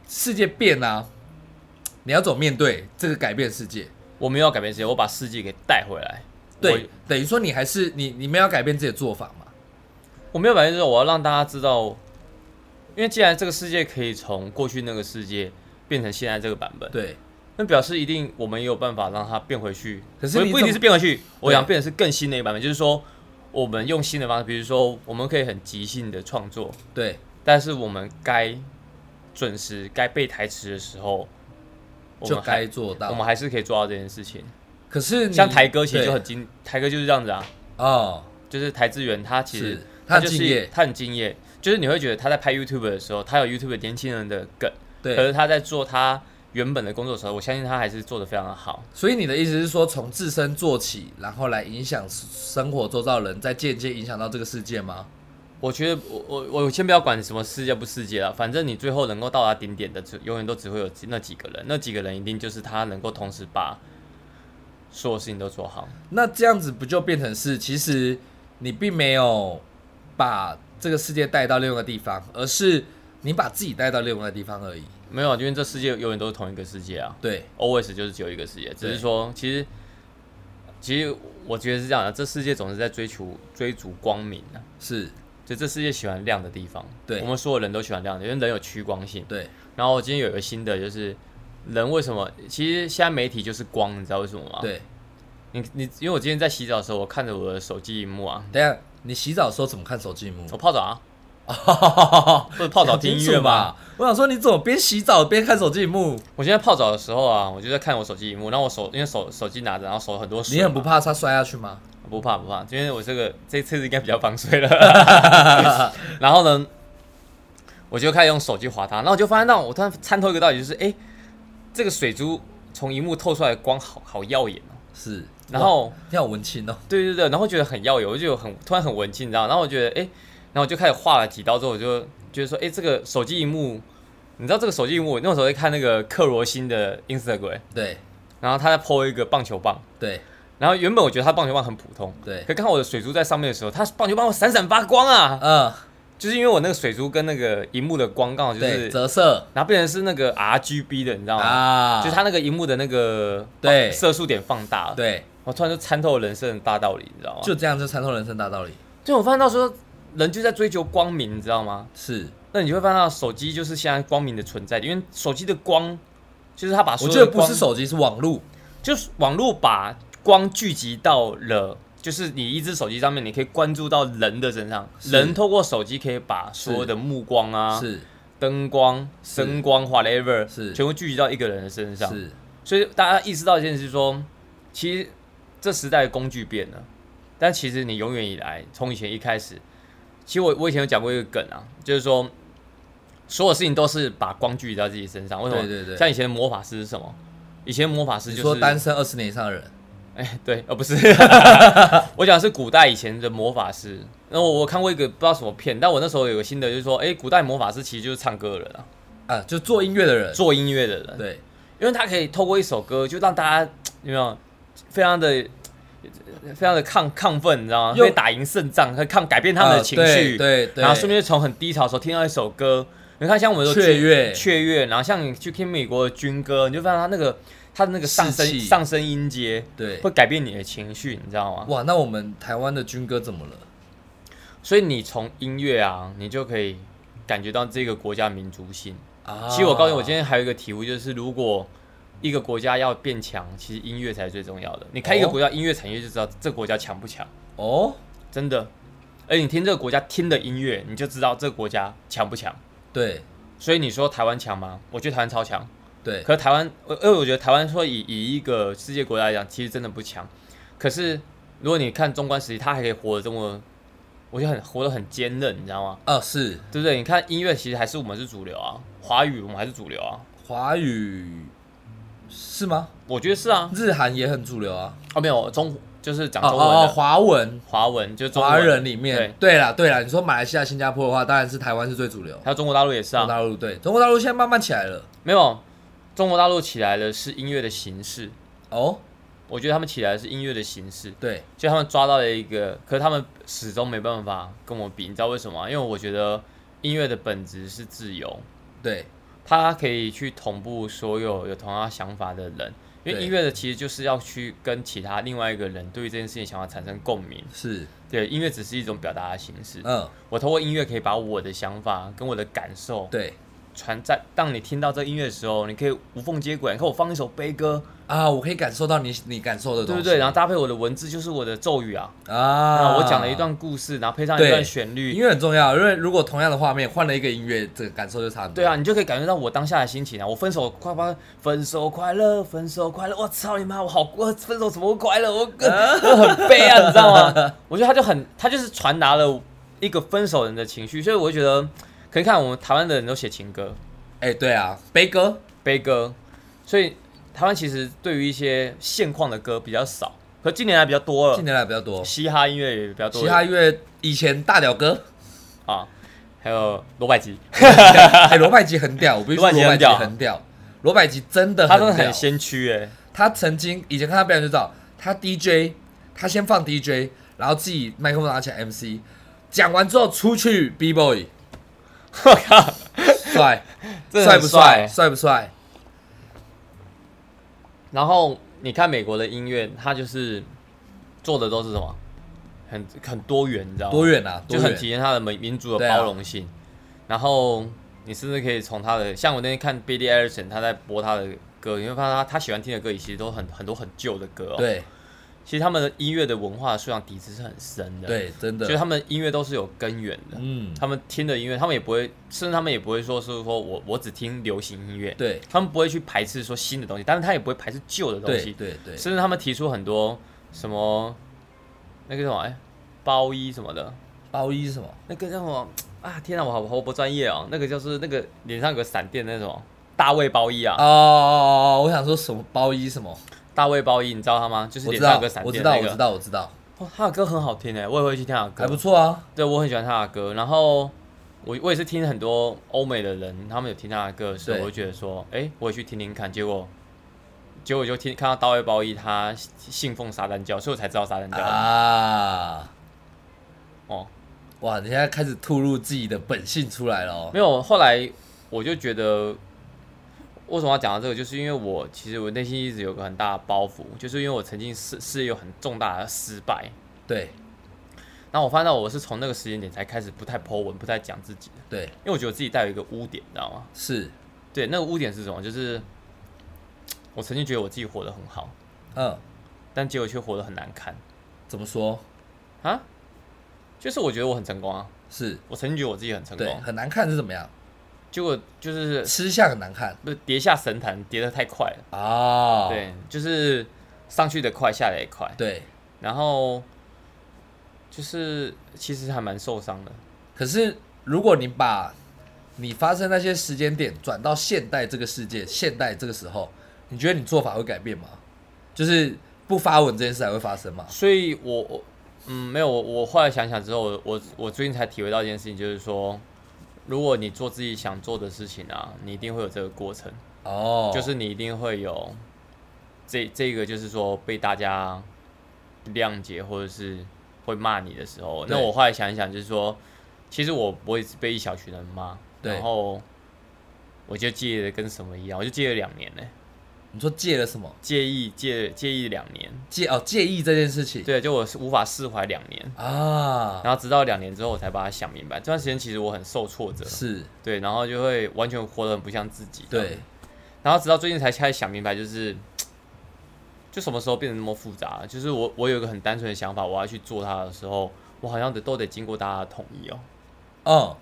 [SPEAKER 2] 世界变啊？你要怎么面对这个改变世界？
[SPEAKER 1] 我没有要改变世界，我把世界给带回来。
[SPEAKER 2] 对，等于说你还是你你们要改变自己的做法嘛？
[SPEAKER 1] 我没有百分之百，我要让大家知道，因为既然这个世界可以从过去那个世界变成现在这个版本，
[SPEAKER 2] 对，
[SPEAKER 1] 那表示一定我们也有办法让它变回去。
[SPEAKER 2] 可是
[SPEAKER 1] 不
[SPEAKER 2] 你
[SPEAKER 1] 不一定
[SPEAKER 2] 怎
[SPEAKER 1] 是
[SPEAKER 2] 么
[SPEAKER 1] 变回去，我
[SPEAKER 2] 对
[SPEAKER 1] 想变的是更新的一个版本，就是说我们用新的方式，比如说我们可以很即兴的创作，
[SPEAKER 2] 对，
[SPEAKER 1] 但是我们该准时、该背台词的时候，我
[SPEAKER 2] 就
[SPEAKER 1] 们还
[SPEAKER 2] 该做
[SPEAKER 1] 我
[SPEAKER 2] 到。
[SPEAKER 1] 们还是可以做到这件事情。
[SPEAKER 2] 可是你
[SPEAKER 1] 像台歌其实
[SPEAKER 2] 对
[SPEAKER 1] 就很精，台歌就是这样子啊，
[SPEAKER 2] 哦，
[SPEAKER 1] 就是台资源他其实
[SPEAKER 2] 是他
[SPEAKER 1] 就
[SPEAKER 2] 很
[SPEAKER 1] 是
[SPEAKER 2] 敬业，
[SPEAKER 1] 他很敬业，就是你会觉得他在拍 YouTube 的时候，他有 YouTube 年轻人的梗，可
[SPEAKER 2] 对。
[SPEAKER 1] 是他在做他原本的工作的时候，我相信他还是做的非常的好。
[SPEAKER 2] 所以你的意思是说，从自身做起，然后来影响生活周遭的人，再间接影响到这个世界吗？
[SPEAKER 1] 我觉得我我我先不要管什么世界不世界了，反正你最后能够到达顶点的，只永远都只会有那几个人，那几个人一定就是他能够同时把所有事情都做好。
[SPEAKER 2] 那这样子不就变成是，其实你并没有把这个世界带到另外一个地方，而是你把自己带到另外一个地方而已。
[SPEAKER 1] 没有，啊因为这世界永远都是同一个世界啊
[SPEAKER 2] 对，
[SPEAKER 1] ，always 就是只有一个世界。只是
[SPEAKER 2] 对
[SPEAKER 1] 说，其实其实我觉得是这样的，这世界总是在追求追逐光明啊，
[SPEAKER 2] 是，
[SPEAKER 1] 就这世界喜欢亮的地方。
[SPEAKER 2] 对
[SPEAKER 1] 我们所有人都喜欢亮的，因为人有趋光性。
[SPEAKER 2] 对，
[SPEAKER 1] 然后今天有一个新的，就是人为什么？其实现在媒体就是光，你知道为什么吗？，
[SPEAKER 2] 对。
[SPEAKER 1] 你你，因为我今天在洗澡的时候，我看着我的手机荧幕啊，
[SPEAKER 2] 等一下你洗澡的时候怎么看手机幕
[SPEAKER 1] 我？泡澡 啊，或者泡
[SPEAKER 2] 泡
[SPEAKER 1] 澡哦听音乐嘛。？
[SPEAKER 2] 我想说你怎么边洗澡边看手机幕？
[SPEAKER 1] 我今天泡澡的时候啊，我就在看我手机荧幕，然后我手因为手手机拿着，然后手很多水嘛。
[SPEAKER 2] 你很不怕它摔下去吗？
[SPEAKER 1] 不怕不怕，今天我这个这次应该比较防水了。 然后呢，我就开始用手机划它，然后我就发现到我突然参透一个道理，就是诶，这个水珠从荧幕透出来的光好好耀眼哦。
[SPEAKER 2] 是，
[SPEAKER 1] 然后
[SPEAKER 2] 哇你好文青哦。
[SPEAKER 1] 对对对，然后觉得很耀眼，我就有很突然很文静，你知道吗？然后我觉得诶，然后我就开始画了几刀之后，我就觉得说诶，这个手机荧幕，你知道这个手机荧幕，我那时候在看那个克罗心的 Instagram，
[SPEAKER 2] 对
[SPEAKER 1] 然后他在 po 一个棒球棒，
[SPEAKER 2] 对
[SPEAKER 1] 然后原本我觉得他棒球棒很普通。
[SPEAKER 2] 对，
[SPEAKER 1] 可看我的水珠在上面的时候，它棒球棒会闪闪发光啊！
[SPEAKER 2] 嗯，
[SPEAKER 1] 就是因为我那个水珠跟那个荧幕的光刚好就
[SPEAKER 2] 对，
[SPEAKER 1] 是，
[SPEAKER 2] 折射
[SPEAKER 1] 然后变成是那个 RGB 的，你知道吗？
[SPEAKER 2] 啊，
[SPEAKER 1] 就是它那个荧幕的那个
[SPEAKER 2] 对
[SPEAKER 1] 射速点放大了。
[SPEAKER 2] 对，
[SPEAKER 1] 我突然就参透了人生的大道理，你知道吗？就
[SPEAKER 2] 就这样就参透人生大道理。
[SPEAKER 1] 就我发现到说，人就在追求光明，你知道吗？
[SPEAKER 2] 是，
[SPEAKER 1] 那你就会发现到手机就是现在光明的存在，因为手机的光就是它把所
[SPEAKER 2] 我
[SPEAKER 1] 有
[SPEAKER 2] 觉得
[SPEAKER 1] 的
[SPEAKER 2] 不
[SPEAKER 1] 光
[SPEAKER 2] 是，手机，是网路。
[SPEAKER 1] 就是网络把光聚集到了。就是你一只手机上面，你可以关注到人的身上，
[SPEAKER 2] 是
[SPEAKER 1] 人透过手机可以把所有的目光啊、
[SPEAKER 2] 是
[SPEAKER 1] 灯光、
[SPEAKER 2] 是
[SPEAKER 1] 声光、whatever，
[SPEAKER 2] 是
[SPEAKER 1] 全部聚集到一个人的身上。
[SPEAKER 2] 是，
[SPEAKER 1] 所以大家意识到一件事说，其实这时代的工具变了，但其实你永远以来，从以前一开始，其实我我以前有讲过一个梗啊，就是说，所有事情都是把光聚集到自己身上。为什么？
[SPEAKER 2] 对对对
[SPEAKER 1] 像以前的魔法师是什么？以前魔法师
[SPEAKER 2] 你
[SPEAKER 1] 就是
[SPEAKER 2] 说 单身二十年以上的人，
[SPEAKER 1] 哎，对，呃，不是， 我讲的是古代以前的魔法师。然后我我看过一个不知道什么片，但我那时候有个新的，就是说，哎，古代魔法师其实就是唱歌的人啊，
[SPEAKER 2] 啊，就做音乐的人。
[SPEAKER 1] 做音乐的人。
[SPEAKER 2] 对，
[SPEAKER 1] 因为他可以透过一首歌就让大家有没有非常的非常的亢亢奋，你知道吗？
[SPEAKER 2] 又
[SPEAKER 1] 会打赢胜仗，会抗改变他们的
[SPEAKER 2] 啊
[SPEAKER 1] 情绪，
[SPEAKER 2] 对对，
[SPEAKER 1] 然后顺便从很低潮的时候听到一首歌，你看像我们说
[SPEAKER 2] 雀跃
[SPEAKER 1] 雀跃，然后像你去听美国的军歌，你就发现他那个他的那个上升
[SPEAKER 2] 士气
[SPEAKER 1] 上升音阶
[SPEAKER 2] 对。
[SPEAKER 1] 会改变你的情绪，你知道吗？
[SPEAKER 2] 哇，那我们台湾的军歌怎么了？
[SPEAKER 1] 所以你从音乐啊，你就可以感觉到这个国家民族性。
[SPEAKER 2] 啊
[SPEAKER 1] 其实我告诉你，我今天还有一个体悟，就是如果一个国家要变强，其实音乐才是最重要的。你看一个
[SPEAKER 2] 哦
[SPEAKER 1] 国家音乐产业，就知道这个国家强不强，
[SPEAKER 2] 哦，
[SPEAKER 1] 真的。而你听这个国家听的音乐，你就知道这个国家强不强。
[SPEAKER 2] 对
[SPEAKER 1] 所以你说台湾强吗？我觉得台湾超强。
[SPEAKER 2] 对，
[SPEAKER 1] 可是台湾，呃，因为我觉得台湾说以以一个世界国家来讲，其实真的不强。可是如果你看中观时期，他还可以活得这么，我觉得很活得很坚韧，你知道吗？
[SPEAKER 2] 啊是
[SPEAKER 1] 对不对？你看音乐，其实还是我们是主流啊，华语我们还是主流啊。
[SPEAKER 2] 华语是吗？
[SPEAKER 1] 我觉得是啊，
[SPEAKER 2] 日韩也很主流啊，
[SPEAKER 1] 哦，没有中就是讲
[SPEAKER 2] 哦
[SPEAKER 1] 啊中文
[SPEAKER 2] 哦，
[SPEAKER 1] 的
[SPEAKER 2] 华文
[SPEAKER 1] 华文，就是中文
[SPEAKER 2] 华人里面，对啦对啦，你说马来西亚、新加坡的话，当然是台湾是最主流，
[SPEAKER 1] 还有中国大陆也是
[SPEAKER 2] 中国
[SPEAKER 1] 啊，
[SPEAKER 2] 大陆对，中国大陆现在慢慢起来了
[SPEAKER 1] 没有中国大陆起来的是音乐的形式，
[SPEAKER 2] 哦，
[SPEAKER 1] 我觉得他们起来的是音乐的形式，
[SPEAKER 2] 对，
[SPEAKER 1] 就他们抓到了一个，可是他们始终没办法跟我比，你知道为什么吗？因为我觉得音乐的本质是自由，
[SPEAKER 2] 对
[SPEAKER 1] 它可以去同步所有有同样想法的人，因为
[SPEAKER 2] 对
[SPEAKER 1] 音乐的其实就是要去跟其他另外一个人对于这件事情想法产生共鸣，
[SPEAKER 2] 是，
[SPEAKER 1] 对，音乐只是一种表达的形式。
[SPEAKER 2] 嗯
[SPEAKER 1] 我通过音乐可以把我的想法跟我的感受
[SPEAKER 2] 对
[SPEAKER 1] 传在当你听到这个音乐的时候，你可以无缝接轨。你看我放一首悲歌，
[SPEAKER 2] 啊，我可以感受到你你感受的
[SPEAKER 1] 对
[SPEAKER 2] 东
[SPEAKER 1] 不
[SPEAKER 2] 西，
[SPEAKER 1] 对？然后搭配我的文字，就是我的咒语啊。
[SPEAKER 2] 哦啊，
[SPEAKER 1] 那我讲了一段故事，然后配上一
[SPEAKER 2] 对
[SPEAKER 1] 段旋律
[SPEAKER 2] 音，乐很重要，因为如果同样的画面换了一个音乐，这个感受就差很多。
[SPEAKER 1] 对啊，，你就可以感觉到我当下的心情啊！我分手快快，分手快乐，分手快乐！我操你妈！我好过分手怎么会快乐？我 我很悲啊，你知道吗？ 我觉得他就很，他就是传达了一个分手人的情绪，所以我就觉得，可以看我们台湾的人都写情歌、
[SPEAKER 2] 哎、对啊，悲歌，
[SPEAKER 1] 悲歌，所以台湾其实对于一些现况的歌比较少，可近年来比较多了
[SPEAKER 2] 近，年来比较多，
[SPEAKER 1] 嘻哈音乐也比较多
[SPEAKER 2] 其他音乐以前大屌哥，
[SPEAKER 1] 啊，还有罗百吉，
[SPEAKER 2] 哎、罗百吉很屌，我必须说
[SPEAKER 1] 罗百吉
[SPEAKER 2] 罗百
[SPEAKER 1] 很
[SPEAKER 2] 吉
[SPEAKER 1] 屌
[SPEAKER 2] 很屌，罗百吉真的
[SPEAKER 1] 他
[SPEAKER 2] 很
[SPEAKER 1] 真的
[SPEAKER 2] 屌
[SPEAKER 1] 很先驱哎、
[SPEAKER 2] 他曾经以前看他表演就知道，他 DJ，他先放 DJ，然后自己麦克风拿起来 MC，讲完之后出去 B boy，
[SPEAKER 1] 我 靠，
[SPEAKER 2] 帅，
[SPEAKER 1] 真的
[SPEAKER 2] 帅
[SPEAKER 1] 很
[SPEAKER 2] 不
[SPEAKER 1] 帅
[SPEAKER 2] 帅？？帅不帅？
[SPEAKER 1] 然后你看美国的音乐，它就是做的都是什么，很很多元，你知道吗？
[SPEAKER 2] 多远啊？多
[SPEAKER 1] 哦就很
[SPEAKER 2] 远？
[SPEAKER 1] 体现它的民民族的
[SPEAKER 2] 对啊
[SPEAKER 1] 包容性。然后你甚至可以从他的，像我那天看 Billy Eilish，他在播他的歌，你会发现他他喜欢听的歌，其实都很很多很旧的歌、哦。，
[SPEAKER 2] 对
[SPEAKER 1] 其实他们的音乐的文化素养底子是很深的。，
[SPEAKER 2] 对，真
[SPEAKER 1] 就是
[SPEAKER 2] 的，
[SPEAKER 1] 他们的音乐都是有根源的。
[SPEAKER 2] 嗯，
[SPEAKER 1] 他们听的音乐，他们也不会，甚至他们也不会说是说我我只听流行音乐，
[SPEAKER 2] 对
[SPEAKER 1] 他们不会去排斥说新的东西，但是他也不会排斥旧的东
[SPEAKER 2] 对
[SPEAKER 1] 西。
[SPEAKER 2] 对对，
[SPEAKER 1] 甚至他们提出很多什么那个叫什么哎、包衣什么的，
[SPEAKER 2] 包衣是什么？
[SPEAKER 1] 那个叫什么啊？天哪，我好我好不专业哦。那个就是那个脸上有个闪电那种大卫包衣啊，
[SPEAKER 2] 哦，我想说什么包衣什么？
[SPEAKER 1] 大卫包衣，你知道他吗？就是
[SPEAKER 2] 我
[SPEAKER 1] 脸
[SPEAKER 2] 知
[SPEAKER 1] 上有
[SPEAKER 2] 道
[SPEAKER 1] 个，闪
[SPEAKER 2] 我知
[SPEAKER 1] 电
[SPEAKER 2] 道，
[SPEAKER 1] 那
[SPEAKER 2] 我知
[SPEAKER 1] 个。
[SPEAKER 2] 道，我知道，
[SPEAKER 1] 哦，他的歌很好听哎，我也会去听他的歌，
[SPEAKER 2] 还不错啊。
[SPEAKER 1] 对我很喜欢他的歌，然后我我也是听很多欧美的人，他们有听他的歌，所以
[SPEAKER 2] 对
[SPEAKER 1] 我就觉得说，哎，我也去听听看。结果，结果我就听看到大卫包衣他信奉撒旦教，所以我才知道撒旦教。
[SPEAKER 2] 啊，
[SPEAKER 1] 哦，
[SPEAKER 2] 哇，你现在开始吐露自己的本性出来了哦。
[SPEAKER 1] 没有。后来我就觉得，为什么要讲到这个，就是因为我其实我内心一直有个很大的包袱，就是因为我曾经事事业有很重大的失败。
[SPEAKER 2] 对
[SPEAKER 1] 然后我发现到我是从那个时间点才开始不太 po 文，不太讲自己的，
[SPEAKER 2] 对，
[SPEAKER 1] 因为我觉得我自己带有一个污点，你知道吗？
[SPEAKER 2] 是，
[SPEAKER 1] 对，那个污点是什么？就是我曾经觉得我自己活得很好，
[SPEAKER 2] 嗯，
[SPEAKER 1] 但结果却活得很难看
[SPEAKER 2] 怎么说？
[SPEAKER 1] 啊！就是我觉得我很成功啊，
[SPEAKER 2] 是
[SPEAKER 1] 我曾经觉得我自己很成
[SPEAKER 2] 对，
[SPEAKER 1] 功，
[SPEAKER 2] 很难看是怎么样？
[SPEAKER 1] 结果就是
[SPEAKER 2] 吃相很难看
[SPEAKER 1] 不是跌下神坛，跌得太快了，
[SPEAKER 2] 啊。
[SPEAKER 1] 对，就是上去的快，下来也快，
[SPEAKER 2] 对，
[SPEAKER 1] 然后就是其实还蛮受伤的，
[SPEAKER 2] 可是如果你把你发生那些时间点转到现代这个世界，现代这个时候，你觉得你做法会改变吗？就是不发文这件事还会发生吗？
[SPEAKER 1] 所以我我嗯没有我我后来想想之后，我我我最近才体会到一件事情，就是说。如果你做自己想做的事情啊，你一定会有这个过程。
[SPEAKER 2] 哦，
[SPEAKER 1] 就是你一定会有这这个，就是说被大家谅解或者是会骂你的时候。那
[SPEAKER 2] 对
[SPEAKER 1] 我后来想一想，就是说，其实我不会被一小群人骂，
[SPEAKER 2] 对
[SPEAKER 1] 然后我就戒的跟什么一样，我就戒了两年呢、
[SPEAKER 2] 你说戒了什么？
[SPEAKER 1] 介意戒戒意两年，
[SPEAKER 2] 介哦介意这件事情
[SPEAKER 1] 对，就我是无法释怀两年。
[SPEAKER 2] 啊，
[SPEAKER 1] 然后直到两年之后，我才把它想明白。这段时间其实我很受挫折，
[SPEAKER 2] 是
[SPEAKER 1] 对，然后就会完全活得很不像自己。
[SPEAKER 2] 对，
[SPEAKER 1] 然后直到最近才开始想明白，就是就什么时候变得那么复杂？就是我我有一个很单纯的想法，我要去做它的时候，我好像得都得经过大家的同意哦。
[SPEAKER 2] 嗯，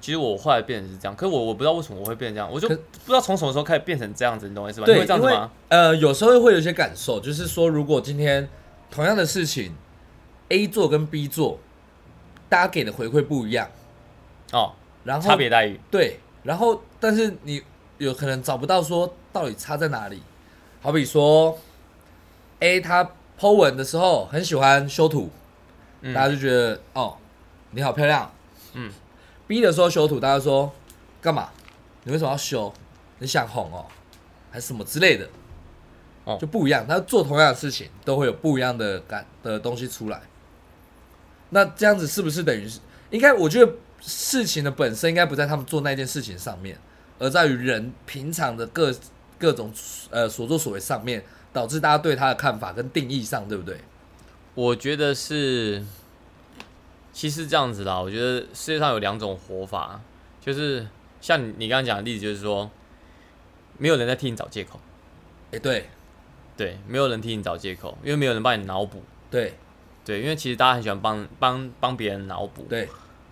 [SPEAKER 1] 其实我后来变成是这样，可是我我不知道为什么我会变成这样，我就
[SPEAKER 2] 可
[SPEAKER 1] 不知道从什么时候开始变成这样子，你懂我意思吗？你
[SPEAKER 2] 对，
[SPEAKER 1] 会这样
[SPEAKER 2] 因
[SPEAKER 1] 子
[SPEAKER 2] 为
[SPEAKER 1] 吗？
[SPEAKER 2] 呃，有时候会有一些感受，就是说，如果今天同样的事情，A 做跟 B 做，大家给的回馈不一样，
[SPEAKER 1] 哦，
[SPEAKER 2] 然后
[SPEAKER 1] 差别待遇，
[SPEAKER 2] 对，然后但是你有可能找不到说到底差在哪里。好比说，A 他 Po 文的时候很喜欢修图，
[SPEAKER 1] 嗯
[SPEAKER 2] 大家就觉得哦你好漂亮，
[SPEAKER 1] 嗯
[SPEAKER 2] ，B 的时候修图，大家说干嘛？你为什么要修？你想红哦，还是什么之类的？
[SPEAKER 1] 哦
[SPEAKER 2] 就不一样。他做同样的事情，都会有不一样的感的东西出来。那这样子是不是等于是？应该我觉得事情的本身应该不在他们做那件事情上面，而在于人平常的各各种呃所作所为上面，导致大家对他的看法跟定义上，对不对？
[SPEAKER 1] 我觉得是，其实这样子啦。我觉得世界上有两种活法，就是像你你刚刚讲的例子，就是说，没有人在替你找借口，
[SPEAKER 2] 哎，对
[SPEAKER 1] 对，没有人替你找借口，因为没有人帮你脑补，
[SPEAKER 2] 对
[SPEAKER 1] 对，因为其实大家很喜欢帮帮帮别人脑补，
[SPEAKER 2] 对，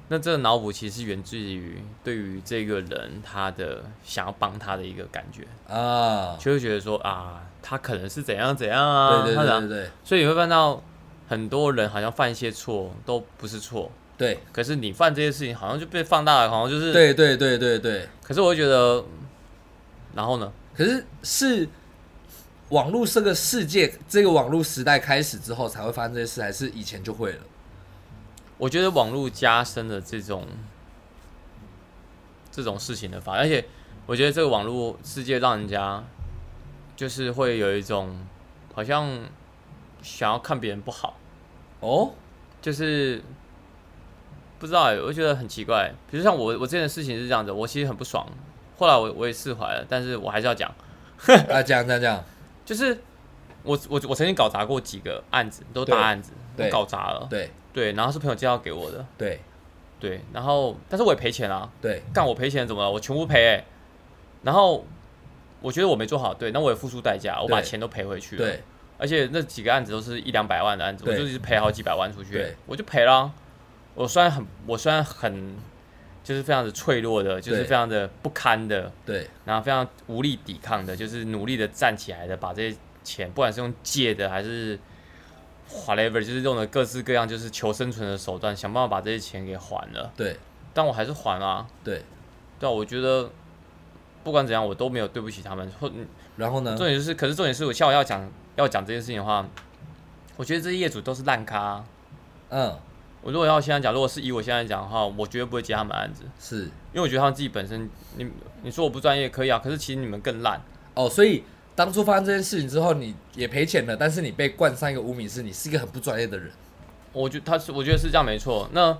[SPEAKER 1] 那这个脑补其实源自于对于这个人他的想要帮他的一个感觉，
[SPEAKER 2] 啊，
[SPEAKER 1] 就会觉得说啊，他可能是怎样怎样啊，
[SPEAKER 2] 对对
[SPEAKER 1] 他怎
[SPEAKER 2] 对
[SPEAKER 1] 样
[SPEAKER 2] 对对
[SPEAKER 1] 所以你会看到很多人好像犯一些错都不是错，
[SPEAKER 2] 对
[SPEAKER 1] 可是你犯这些事情好像就被放大了，好像就是，
[SPEAKER 2] 对对对对对。
[SPEAKER 1] 可是我会觉得，嗯然后呢？
[SPEAKER 2] 可是是网络这个世界，这个网络时代开始之后才会发生这些事，还是以前就会了？
[SPEAKER 1] 我觉得网络加深了这种这种事情的发，而且我觉得这个网络世界让人家就是会有一种好像想要看别人不好，
[SPEAKER 2] 哦，
[SPEAKER 1] 就是不知道、欸，我觉得很奇怪。比如像我，我之前的事情是这样子，我其实很不爽，后来我我也释怀了，但是我还是要讲，
[SPEAKER 2] 啊，这样这样这样，
[SPEAKER 1] 就是我我我曾经搞砸过几个案子，都大
[SPEAKER 2] 对
[SPEAKER 1] 案子，我
[SPEAKER 2] 对
[SPEAKER 1] 搞砸了，
[SPEAKER 2] 对
[SPEAKER 1] 对，然后是朋友介绍给我的，
[SPEAKER 2] 对
[SPEAKER 1] 对，然后但是我也赔钱啊。
[SPEAKER 2] 对
[SPEAKER 1] 干我赔钱怎么了？我全部赔、欸，然后我觉得我没做好，对，那我也付出代价，我把
[SPEAKER 2] 对
[SPEAKER 1] 钱都赔回去了。，
[SPEAKER 2] 对
[SPEAKER 1] 而且那几个案子都是一两百万的案子，我
[SPEAKER 2] 对
[SPEAKER 1] 就一直赔好几百万出去
[SPEAKER 2] 对，
[SPEAKER 1] 我就赔了啊。我虽然很，我虽然很，就是非常的脆弱的，就是
[SPEAKER 2] 对
[SPEAKER 1] 非常的不堪的，
[SPEAKER 2] 对
[SPEAKER 1] 然后非常无力抵抗的，就是努力的站起来的，把这些钱，不管是用借的还是 whatever，就是用的各式各样就是求生存的手段，想办法把这些钱给还了。
[SPEAKER 2] 对
[SPEAKER 1] 但我还是还了、啊。
[SPEAKER 2] 对。
[SPEAKER 1] 对啊，我觉得不管怎样，我都没有对不起他们。或嗯
[SPEAKER 2] 然后呢
[SPEAKER 1] 重？点就是，可是重点是我下午要讲要讲这件事情的话，我觉得这些业主都是烂咖啊。
[SPEAKER 2] 嗯，
[SPEAKER 1] 我如果要现在讲，如果是以我现在讲的话，我绝对不会接他们的案子，
[SPEAKER 2] 是
[SPEAKER 1] 因为我觉得他们自己本身，你你说我不专业可以啊，可是其实你们更烂。
[SPEAKER 2] 哦，所以当初发生这件事情之后，你也赔钱了，但是你被冠上一个污名，是你是一个很不专业的人。
[SPEAKER 1] 我觉他是我觉得是这样没错。那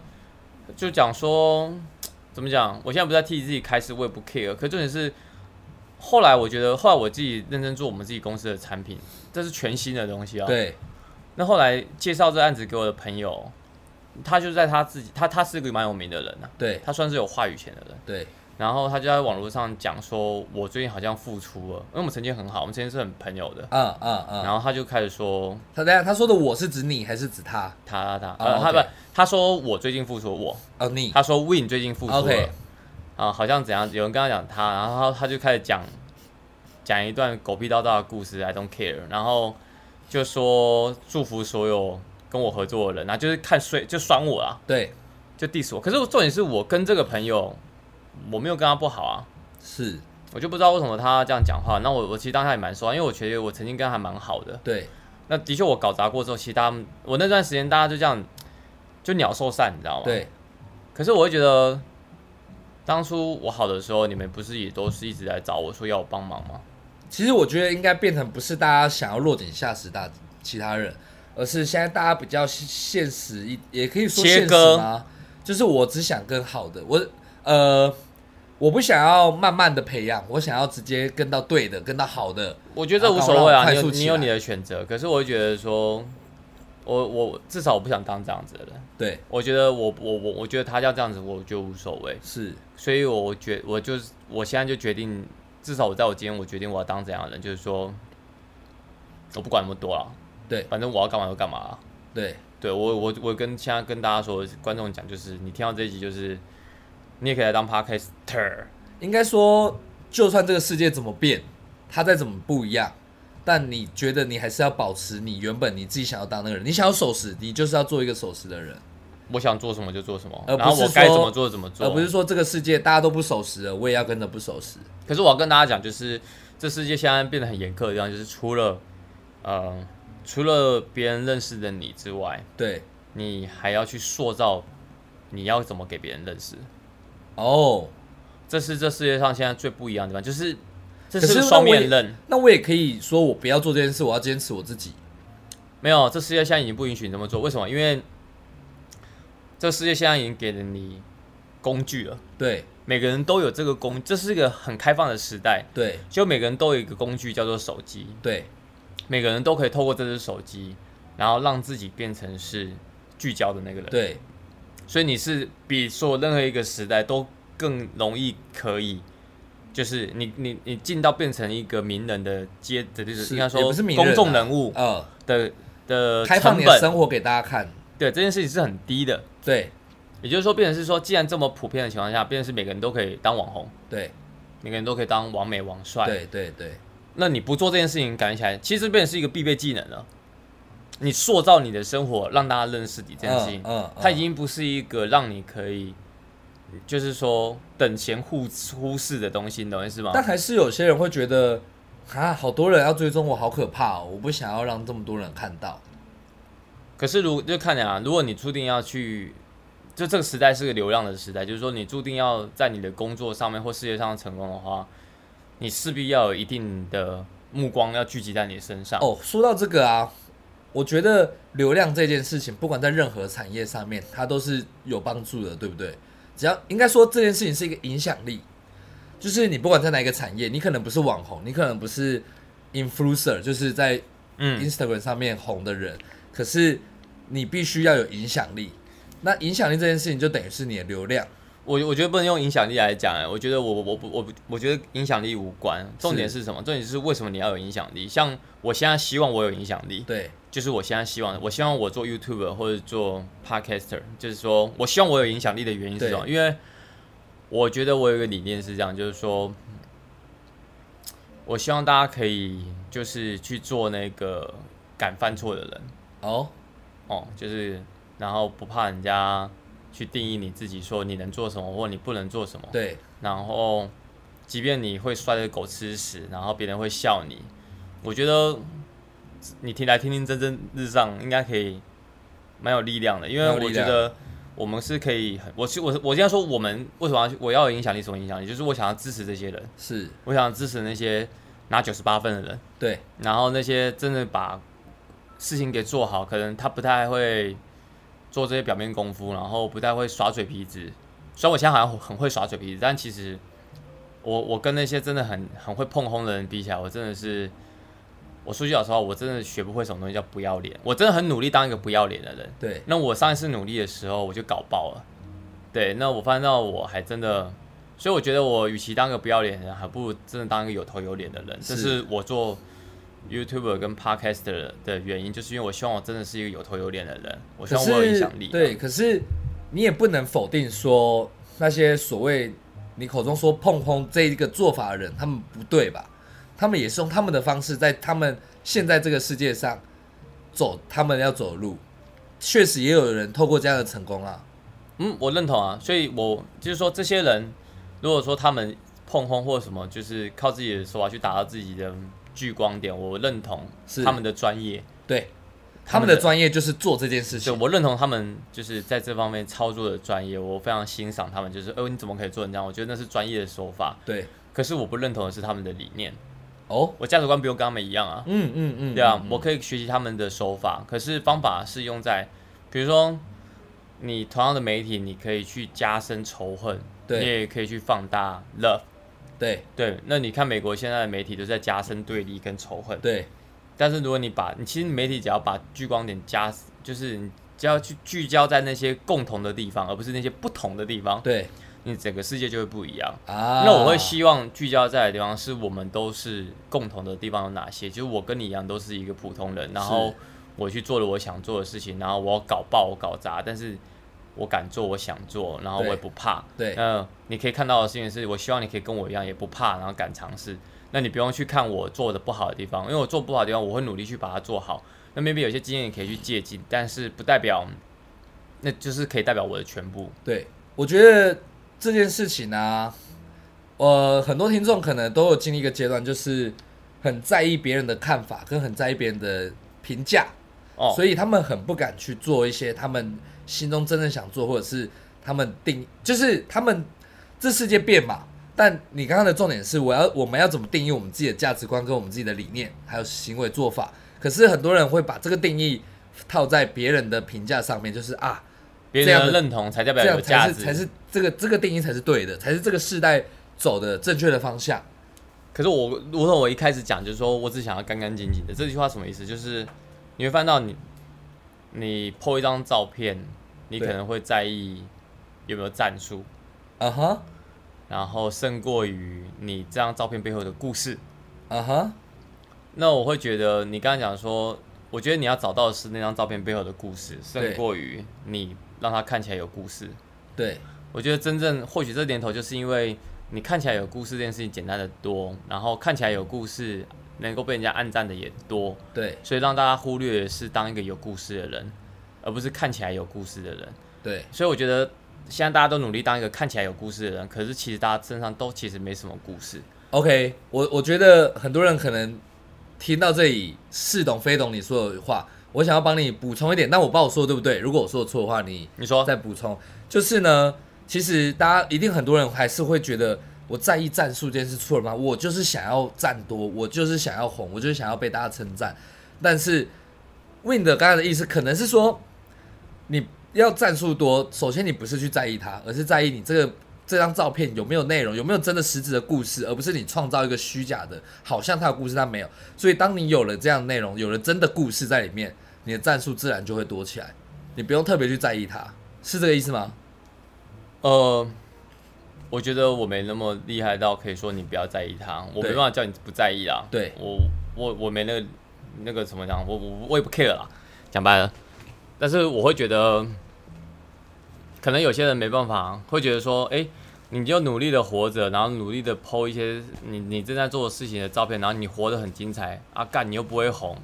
[SPEAKER 1] 就讲说怎么讲，我现在不是在替自己开始，我也不 care。可重点是，后来我觉得，后来我自己认真做我们自己公司的产品，这是全新的东西啊。
[SPEAKER 2] 对
[SPEAKER 1] 那后来介绍这案子给我的朋友，他就在他自己，他他是个蛮有名的人啊，
[SPEAKER 2] 对
[SPEAKER 1] 他算是有话语权的人。
[SPEAKER 2] 对
[SPEAKER 1] 然后他就在网络上讲说，我最近好像付出了，因为我们曾经很好，我们曾经是很朋友的。
[SPEAKER 2] 啊啊啊！
[SPEAKER 1] 然后他就开始说
[SPEAKER 2] 他等一下他说的我是指你还是指他？
[SPEAKER 1] 他他
[SPEAKER 2] 哦
[SPEAKER 1] 呃他不
[SPEAKER 2] OK
[SPEAKER 1] 他说我最近付出了我，
[SPEAKER 2] 哦，你
[SPEAKER 1] 他说 Win 最近付出了
[SPEAKER 2] OK
[SPEAKER 1] 啊，好像怎样，有人跟他讲他，然后他他就开始讲讲一段狗屁叨叨的故事，I don't care，然后就说祝福所有跟我合作的人，然后就是看谁就酸我啦，
[SPEAKER 2] 对
[SPEAKER 1] 就 diss 我。可是重点是我跟这个朋友，我没有跟他不好啊，
[SPEAKER 2] 是，
[SPEAKER 1] 我就不知道为什么他这样讲话。那我我其实当下也蛮酸，因为我觉得我曾经跟他还蛮好的。
[SPEAKER 2] 对
[SPEAKER 1] 那的确我搞砸过之后，其实大家我那段时间大家就这样就鸟兽散，你知道吗？
[SPEAKER 2] 对
[SPEAKER 1] 可是我会觉得，当初我好的时候，你们不是也都是一直来找我说要我帮忙吗？
[SPEAKER 2] 其实我觉得应该变成不是大家想要落井下石大其他人，而是现在大家比较现实一，也可以说
[SPEAKER 1] 切
[SPEAKER 2] 现
[SPEAKER 1] 割
[SPEAKER 2] 实吗？就是我只想跟好的，我呃，我不想要慢慢的培养，我想要直接跟到对的，跟到好的。
[SPEAKER 1] 我觉得这无所谓啊，
[SPEAKER 2] 啊
[SPEAKER 1] 你有
[SPEAKER 2] 快速起来
[SPEAKER 1] 你有你的选择。可是我会觉得说，我我至少我不想当这样子的人。
[SPEAKER 2] 对，
[SPEAKER 1] 我觉得我我我我觉得他要这样子，我觉得无所谓。
[SPEAKER 2] 是
[SPEAKER 1] 所以我决我就是我现在就决定，至少我在我今天我决定我要当怎样的人，就是说，我不管那么多了，
[SPEAKER 2] 对
[SPEAKER 1] 反正我要干嘛就干嘛啦
[SPEAKER 2] 对
[SPEAKER 1] 对我我我跟现在跟大家说，观众讲就是，你听到这一集就是，你也可以来当 podcaster，
[SPEAKER 2] 应该说，就算这个世界怎么变，它再怎么不一样，但你觉得你还是要保持你原本你自己想要当那个人，你想要守时，你就是要做一个守时的人，
[SPEAKER 1] 我想做什么就做什么，
[SPEAKER 2] 呃而不
[SPEAKER 1] 然后
[SPEAKER 2] 是
[SPEAKER 1] 我该
[SPEAKER 2] 说呃
[SPEAKER 1] 怎么做怎么做。
[SPEAKER 2] 而不是，说这个世界大家都不守时了，我也要跟着不守时。
[SPEAKER 1] 可是我要跟大家讲，就是这世界现在变得很严苛的地方，就是除了，呃，除了别人认识的你之外，
[SPEAKER 2] 对，
[SPEAKER 1] 你还要去塑造你要怎么给别人认识，
[SPEAKER 2] 哦，
[SPEAKER 1] 这是这世界上现在最不一样的地方，就是这
[SPEAKER 2] 可
[SPEAKER 1] 是
[SPEAKER 2] 是
[SPEAKER 1] 双
[SPEAKER 2] 那我也
[SPEAKER 1] 面刃。
[SPEAKER 2] 那我也可以说我不要做这件事，我要坚持我自己。
[SPEAKER 1] 没有，这世界现在已经不允许你这么做。为什么？因为这世界现在已经给了你工具了，
[SPEAKER 2] 对
[SPEAKER 1] 每个人都有这个工，这是一个很开放的时代，
[SPEAKER 2] 对
[SPEAKER 1] 就每个人都有一个工具叫做手机，
[SPEAKER 2] 对
[SPEAKER 1] 每个人都可以透过这只手机，然后让自己变成是聚焦的那个人。
[SPEAKER 2] 对
[SPEAKER 1] 所以你是比所有任何一个时代都更容易可以，就是你你你进到变成一个名人的阶，就是
[SPEAKER 2] 是
[SPEAKER 1] 应该说
[SPEAKER 2] 也不是名人啊
[SPEAKER 1] 公众人物
[SPEAKER 2] 呃，
[SPEAKER 1] 的的
[SPEAKER 2] 开
[SPEAKER 1] 嗯
[SPEAKER 2] 放
[SPEAKER 1] 成
[SPEAKER 2] 你的
[SPEAKER 1] 本，
[SPEAKER 2] 生活给大家看，
[SPEAKER 1] 对这件事情是很低的。
[SPEAKER 2] 对
[SPEAKER 1] 也就是说，变成是说，既然这么普遍的情况下，变成是每个人都可以当网红，
[SPEAKER 2] 对
[SPEAKER 1] 每个人都可以当王美、王帅。
[SPEAKER 2] 对对对，
[SPEAKER 1] 那你不做这件事情，感觉起来其实变成是一个必备技能了。你塑造你的生活，让大家认识你这件事情，
[SPEAKER 2] 嗯，
[SPEAKER 1] 它已经不是一个让你可以，就是说等闲忽忽视的东西，你懂意思吗？
[SPEAKER 2] 但还是有些人会觉得，啊，好多人要追踪我，好可怕哦！我不想要让这么多人看到。
[SPEAKER 1] 可是如就看你啊，如果你注定要去，就这个时代是个流量的时代，就是说你注定要在你的工作上面或事业上成功的话，你势必要有一定的目光要聚集在你身上。
[SPEAKER 2] 哦，说到这个啊，我觉得流量这件事情，不管在任何产业上面，它都是有帮助的，对不对？只要应该说这件事情是一个影响力，就是你不管在哪一个产业，你可能不是网红，你可能不是 influencer，就是在
[SPEAKER 1] 嗯，
[SPEAKER 2] Instagram 上面红的人，可是你必须要有影响力。那影响力这件事情就等于是你的流量，
[SPEAKER 1] 我我觉得不能用影响力来讲，哎，我觉得我我我不我不我觉得影响力无关，重点是什么？重点是为什么你要有影响力？像我现在希望我有影响力，
[SPEAKER 2] 对，
[SPEAKER 1] 就是我现在希望，我希望我做 YouTuber 或者做 Podcaster，就是说我希望我有影响力的原因是什么？因为我觉得我有一个理念是这样，就是说，我希望大家可以就是去做那个敢犯错的人
[SPEAKER 2] 哦，
[SPEAKER 1] 哦，就是然后不怕人家去定义你自己，说你能做什么或你不能做什么。
[SPEAKER 2] 对，
[SPEAKER 1] 然后即便你会摔得狗吃屎，然后别人会笑你，我觉得你听来听听蒸蒸日上应该可以蛮有力量的，因为
[SPEAKER 2] 蛮有
[SPEAKER 1] 我
[SPEAKER 2] 力
[SPEAKER 1] 觉
[SPEAKER 2] 量
[SPEAKER 1] 得我们是可以很，我是我我这样说，我们为什么要去我要有影响力？什么影响力？就是我想要支持这些人，
[SPEAKER 2] 是，
[SPEAKER 1] 我想要支持那些拿九十八分的人，
[SPEAKER 2] 对，
[SPEAKER 1] 然后那些真的把事情给做好，可能他不太会做这些表面功夫，然后不太会耍嘴皮子。虽然我现在好像很会耍嘴皮子，但其实我我跟那些真的很很会碰轰的人比起来，我真的是，我说句老实话，我真的学不会什么东西叫不要脸。我真的很努力当一个不要脸的人。
[SPEAKER 2] 对，
[SPEAKER 1] 那我上一次努力的时候，我就搞爆了。对，那我发现到我还真的，所以我觉得我与其当个不要脸的人，还不如真的当一个有头有脸的人。这
[SPEAKER 2] 是
[SPEAKER 1] 是我做 YouTuber 跟 Podcast 的的原因，就是因为我希望我真的是一个有头有脸的人，我希
[SPEAKER 2] 可
[SPEAKER 1] 望
[SPEAKER 2] 是
[SPEAKER 1] 我有影响力。啊
[SPEAKER 2] 对，，可是你也不能否定说那些所谓你口中说碰碰这一个做法的人，他们不对吧？他们也是用他们的方式，在他们现在这个世界上走他们要走的路。确实也有人透过这样的成功啊，
[SPEAKER 1] 嗯，我认同啊。所以我就是说，这些人如果说他们碰轰或什么，就是靠自己的手法去达到自己的聚光点，我认同
[SPEAKER 2] 是
[SPEAKER 1] 他们的专业。
[SPEAKER 2] 对，
[SPEAKER 1] 他
[SPEAKER 2] 他
[SPEAKER 1] 们
[SPEAKER 2] 们
[SPEAKER 1] 的
[SPEAKER 2] 的专业就是做这件事
[SPEAKER 1] 对，
[SPEAKER 2] 情。
[SPEAKER 1] 我认同他们就是在这方面操作的专业，我非常欣赏他们。就是，哦、你怎么可以做成这样？我觉得那是专业的手法。
[SPEAKER 2] 对，
[SPEAKER 1] 可是我不认同的是他们的理念，
[SPEAKER 2] 哦，
[SPEAKER 1] 我价值观不用跟他们一样啊。
[SPEAKER 2] 嗯嗯嗯，
[SPEAKER 1] 对啊
[SPEAKER 2] 嗯，
[SPEAKER 1] 我可以学习他们的手法，可是方法是用在，比如说你同样的媒体，你可以去加深仇恨，你
[SPEAKER 2] 对
[SPEAKER 1] 也可以去放大 love。
[SPEAKER 2] 对
[SPEAKER 1] 对，那你看美国现在的媒体都在加深对立跟仇恨，
[SPEAKER 2] 对
[SPEAKER 1] 但是如果你把你其实媒体只要把聚光点加，就是你只要去聚焦在那些共同的地方，而不是那些不同的地方，
[SPEAKER 2] 对
[SPEAKER 1] 你整个世界就会不一样。
[SPEAKER 2] 啊，
[SPEAKER 1] 那我会希望聚焦在的地方是我们都是共同的地方有哪些？就是我跟你一样都是一个普通人，然后我去做了我想做的事情，然后我要搞爆我搞砸，但是我敢做我想做，然后我也
[SPEAKER 2] 对
[SPEAKER 1] 不怕。
[SPEAKER 2] 对
[SPEAKER 1] 那嗯你可以看到的事情是，我希望你可以跟我一样，也不怕，然后敢尝试。那你不用去看我做的不好的地方，因为我做不好的地方，我会努力去把它做好。那 maybe 有些经验你可以去借鉴，但是不代表，那就是可以代表我的全部。
[SPEAKER 2] 对，我觉得这件事情呢、呃，很多听众可能都有经历一个阶段，就是很在意别人的看法，跟很在意别人的评价，
[SPEAKER 1] 哦，
[SPEAKER 2] 所以他们很不敢去做一些他们心中真正想做，或者是他们定，就是他们这世界变嘛。但你刚刚的重点是，我要我们要怎么定义我们自己的价值观跟我们自己的理念，还有行为做法。可是很多人会把这个定义套在别人的评价上面，就是啊，
[SPEAKER 1] 别
[SPEAKER 2] 这
[SPEAKER 1] 人
[SPEAKER 2] 样
[SPEAKER 1] 的
[SPEAKER 2] 的
[SPEAKER 1] 认同才代表
[SPEAKER 2] 这
[SPEAKER 1] 有
[SPEAKER 2] 样
[SPEAKER 1] 价
[SPEAKER 2] 才
[SPEAKER 1] 值
[SPEAKER 2] 是才是这个这个定义才是对的，才是这个世代走的正确的方向。
[SPEAKER 1] 可是我，如同我一开始讲，就是说我只想要干干净净的。这句话什么意思？就是你会翻到你，你 po 一张照片，你可
[SPEAKER 2] 对
[SPEAKER 1] 能会在意有没有战术，
[SPEAKER 2] 啊哈，
[SPEAKER 1] 然后胜过于你这张照片背后的故事。
[SPEAKER 2] 啊哈，
[SPEAKER 1] 那我会觉得你刚才讲说，我觉得你要找到的是那张照片背后的故事，
[SPEAKER 2] 对
[SPEAKER 1] 胜过于你让它看起来有故事。
[SPEAKER 2] 对，
[SPEAKER 1] 我觉得真正获取这年头，就是因为你看起来有故事这件事情简单的多，然后看起来有故事能够被人家暗赞的也多，
[SPEAKER 2] 对，
[SPEAKER 1] 所以让大家忽略的是当一个有故事的人，而不是看起来有故事的人。
[SPEAKER 2] 对，
[SPEAKER 1] 所以我觉得现在大家都努力当一个看起来有故事的人，可是其实大家身上都其实没什么故事。
[SPEAKER 2] OK，我我觉得很多人可能听到这里似懂非懂你说的话，我想要帮你补充一点，但我不知道我说的对不对。如果我说的错的话，你
[SPEAKER 1] 你说
[SPEAKER 2] 再补充。就是呢，其实大家一定很多人还是会觉得我在意战术这件事错了吗？我就是想要战多，我就是想要红，我就是想要被大家称赞。但是 Win 的刚才的意思可能是说，你要战术多，首先你不是去在意它，而是在意你这个这张照片有没有内容，有没有真的实质的故事，而不是你创造一个虚假的，好像它有故事，但没有。所以当你有了这样的内容，有了真的故事在里面，你的战术自然就会多起来，你不用特别去在意它，是这个意思吗？
[SPEAKER 1] 呃，我觉得我没那么厉害到可以说你不要在意他，我没
[SPEAKER 2] 对
[SPEAKER 1] 办法叫你不在意啦。
[SPEAKER 2] 对
[SPEAKER 1] 我我我没那个那个怎么讲，我我我也不 care 啦，讲白了。但是我会觉得，可能有些人没办法，会觉得说，哎、你就努力的活着，然后努力的 PO 一些你你正在做的事情的照片，然后你活得很精彩啊，干你又不会红。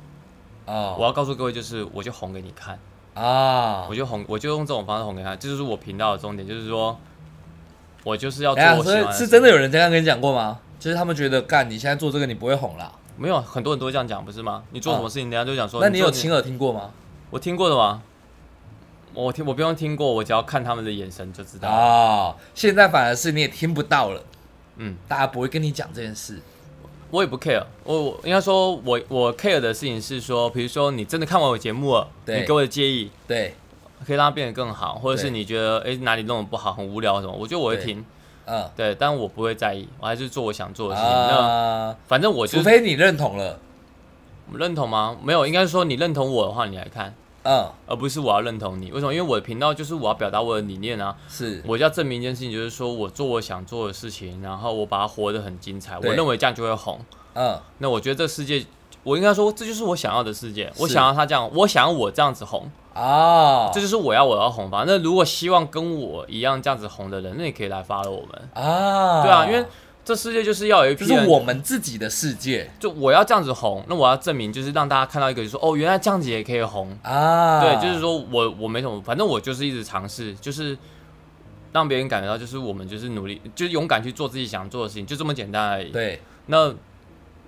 [SPEAKER 1] 我
[SPEAKER 2] 哦
[SPEAKER 1] 要告诉各位，就是我就红给你看。
[SPEAKER 2] 啊
[SPEAKER 1] 我，就哄，我就用这种方式哄给他，这就是我频道的重点，就是说，我就是要
[SPEAKER 2] 等
[SPEAKER 1] 做
[SPEAKER 2] 一
[SPEAKER 1] 我喜欢
[SPEAKER 2] 下，哎所以
[SPEAKER 1] 的
[SPEAKER 2] 是
[SPEAKER 1] 事
[SPEAKER 2] 真的有人这样跟你讲过吗？就是他们觉得干你现在做这个你不会红啦，
[SPEAKER 1] 没有很多人都会这样讲，不是吗？你做什么事情，人家就讲说，
[SPEAKER 2] 哦那你
[SPEAKER 1] 做
[SPEAKER 2] 有亲耳听过吗？
[SPEAKER 1] 我听过的吗？我听我不用听过，我只要看他们的眼神就知道。
[SPEAKER 2] 哦，现在反而是你也听不到了，
[SPEAKER 1] 嗯，
[SPEAKER 2] 大家不会跟你讲这件事。
[SPEAKER 1] 我也不 care，我我应该说我我 care 的事情是说，比如说你真的看完我节目了，
[SPEAKER 2] 对
[SPEAKER 1] 你给我的建议
[SPEAKER 2] 对，
[SPEAKER 1] 可以让它变得更好，或者是
[SPEAKER 2] 对
[SPEAKER 1] 你觉得诶哪里弄得不好，很无聊什么，我觉得我会
[SPEAKER 2] 对
[SPEAKER 1] 听，
[SPEAKER 2] 嗯，
[SPEAKER 1] 对，但我不会在意，我还是做我想做的事情。那
[SPEAKER 2] 啊，
[SPEAKER 1] 反正我就
[SPEAKER 2] 除
[SPEAKER 1] 是
[SPEAKER 2] 非你认同了，
[SPEAKER 1] 认同吗？没有，应该是说你认同我的话，你来看，
[SPEAKER 2] 嗯，
[SPEAKER 1] 而不是我要认同你。为什么？因为我的频道就是我要表达我的理念啊，
[SPEAKER 2] 是
[SPEAKER 1] 我要证明一件事情，就是说我做我想做的事情，然后我把它活得很精彩。
[SPEAKER 2] 对
[SPEAKER 1] 我认为这样就会红。
[SPEAKER 2] 嗯，
[SPEAKER 1] 那我觉得这世界，我应该说这就是我想要的世界。
[SPEAKER 2] 是
[SPEAKER 1] 我想要他这样，我想要我这样子红，
[SPEAKER 2] 哦，
[SPEAKER 1] 这就是我要我要红吧。那如果希望跟我一样这样子红的人，那你可以来 follow 我们。
[SPEAKER 2] 啊，
[SPEAKER 1] 对啊，因为这世界就是要有一
[SPEAKER 2] 这
[SPEAKER 1] 批人
[SPEAKER 2] 是我们自己的世界
[SPEAKER 1] 就我要这样子红，那我要证明就是让大家看到一个，就是说哦，原来这样子也可以红。
[SPEAKER 2] 啊，
[SPEAKER 1] 对，就是说我我没什么，反正我就是一直尝试，就是让别人感觉到，就是我们就是努力，就是勇敢去做自己想做的事情，就这么简单而已。，
[SPEAKER 2] 对
[SPEAKER 1] 那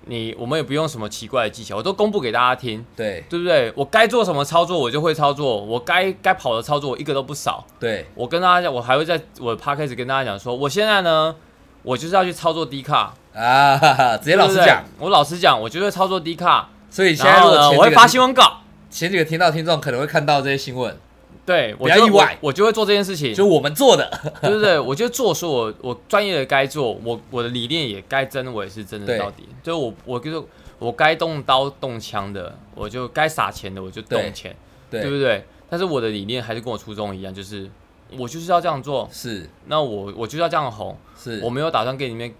[SPEAKER 1] 你我们也不用什么奇怪的技巧，我都公布给大家听，
[SPEAKER 2] 对
[SPEAKER 1] 对不对？我该做什么操作我就会操作，我该该跑的操作我一个都不少。
[SPEAKER 2] 对
[SPEAKER 1] 我跟大家讲，我还会在我的 p a c a s t 跟大家讲说，我现在呢，我就是要去操作低卡。
[SPEAKER 2] 啊， 哈哈直接
[SPEAKER 1] 对
[SPEAKER 2] 老
[SPEAKER 1] 不
[SPEAKER 2] 实
[SPEAKER 1] 对
[SPEAKER 2] 讲，，
[SPEAKER 1] 我老实讲，我就是操作低卡，
[SPEAKER 2] 所以现在
[SPEAKER 1] 然
[SPEAKER 2] 如
[SPEAKER 1] 后
[SPEAKER 2] 果
[SPEAKER 1] 呢，
[SPEAKER 2] 前
[SPEAKER 1] 我会
[SPEAKER 2] 几
[SPEAKER 1] 发
[SPEAKER 2] 个
[SPEAKER 1] 新闻稿。
[SPEAKER 2] 前几个听到听众可能会看到这些新闻，
[SPEAKER 1] 对，我
[SPEAKER 2] 不要
[SPEAKER 1] 就
[SPEAKER 2] 意外
[SPEAKER 1] 我，我就会做这件事情。
[SPEAKER 2] 就我们做的，
[SPEAKER 1] 对对对，我觉得做说我我专业的该做，我我的理念也该真，我也是真的
[SPEAKER 2] 对
[SPEAKER 1] 到底。就是我我就是我该动刀动枪的，我就该撒钱的我就
[SPEAKER 2] 对
[SPEAKER 1] 动钱，对
[SPEAKER 2] 对，
[SPEAKER 1] 不对？但是我的理念还是跟我初衷一样，就是我就是要这样做，
[SPEAKER 2] 是
[SPEAKER 1] 那我我就要这样红，
[SPEAKER 2] 是，
[SPEAKER 1] 我没有打算给你们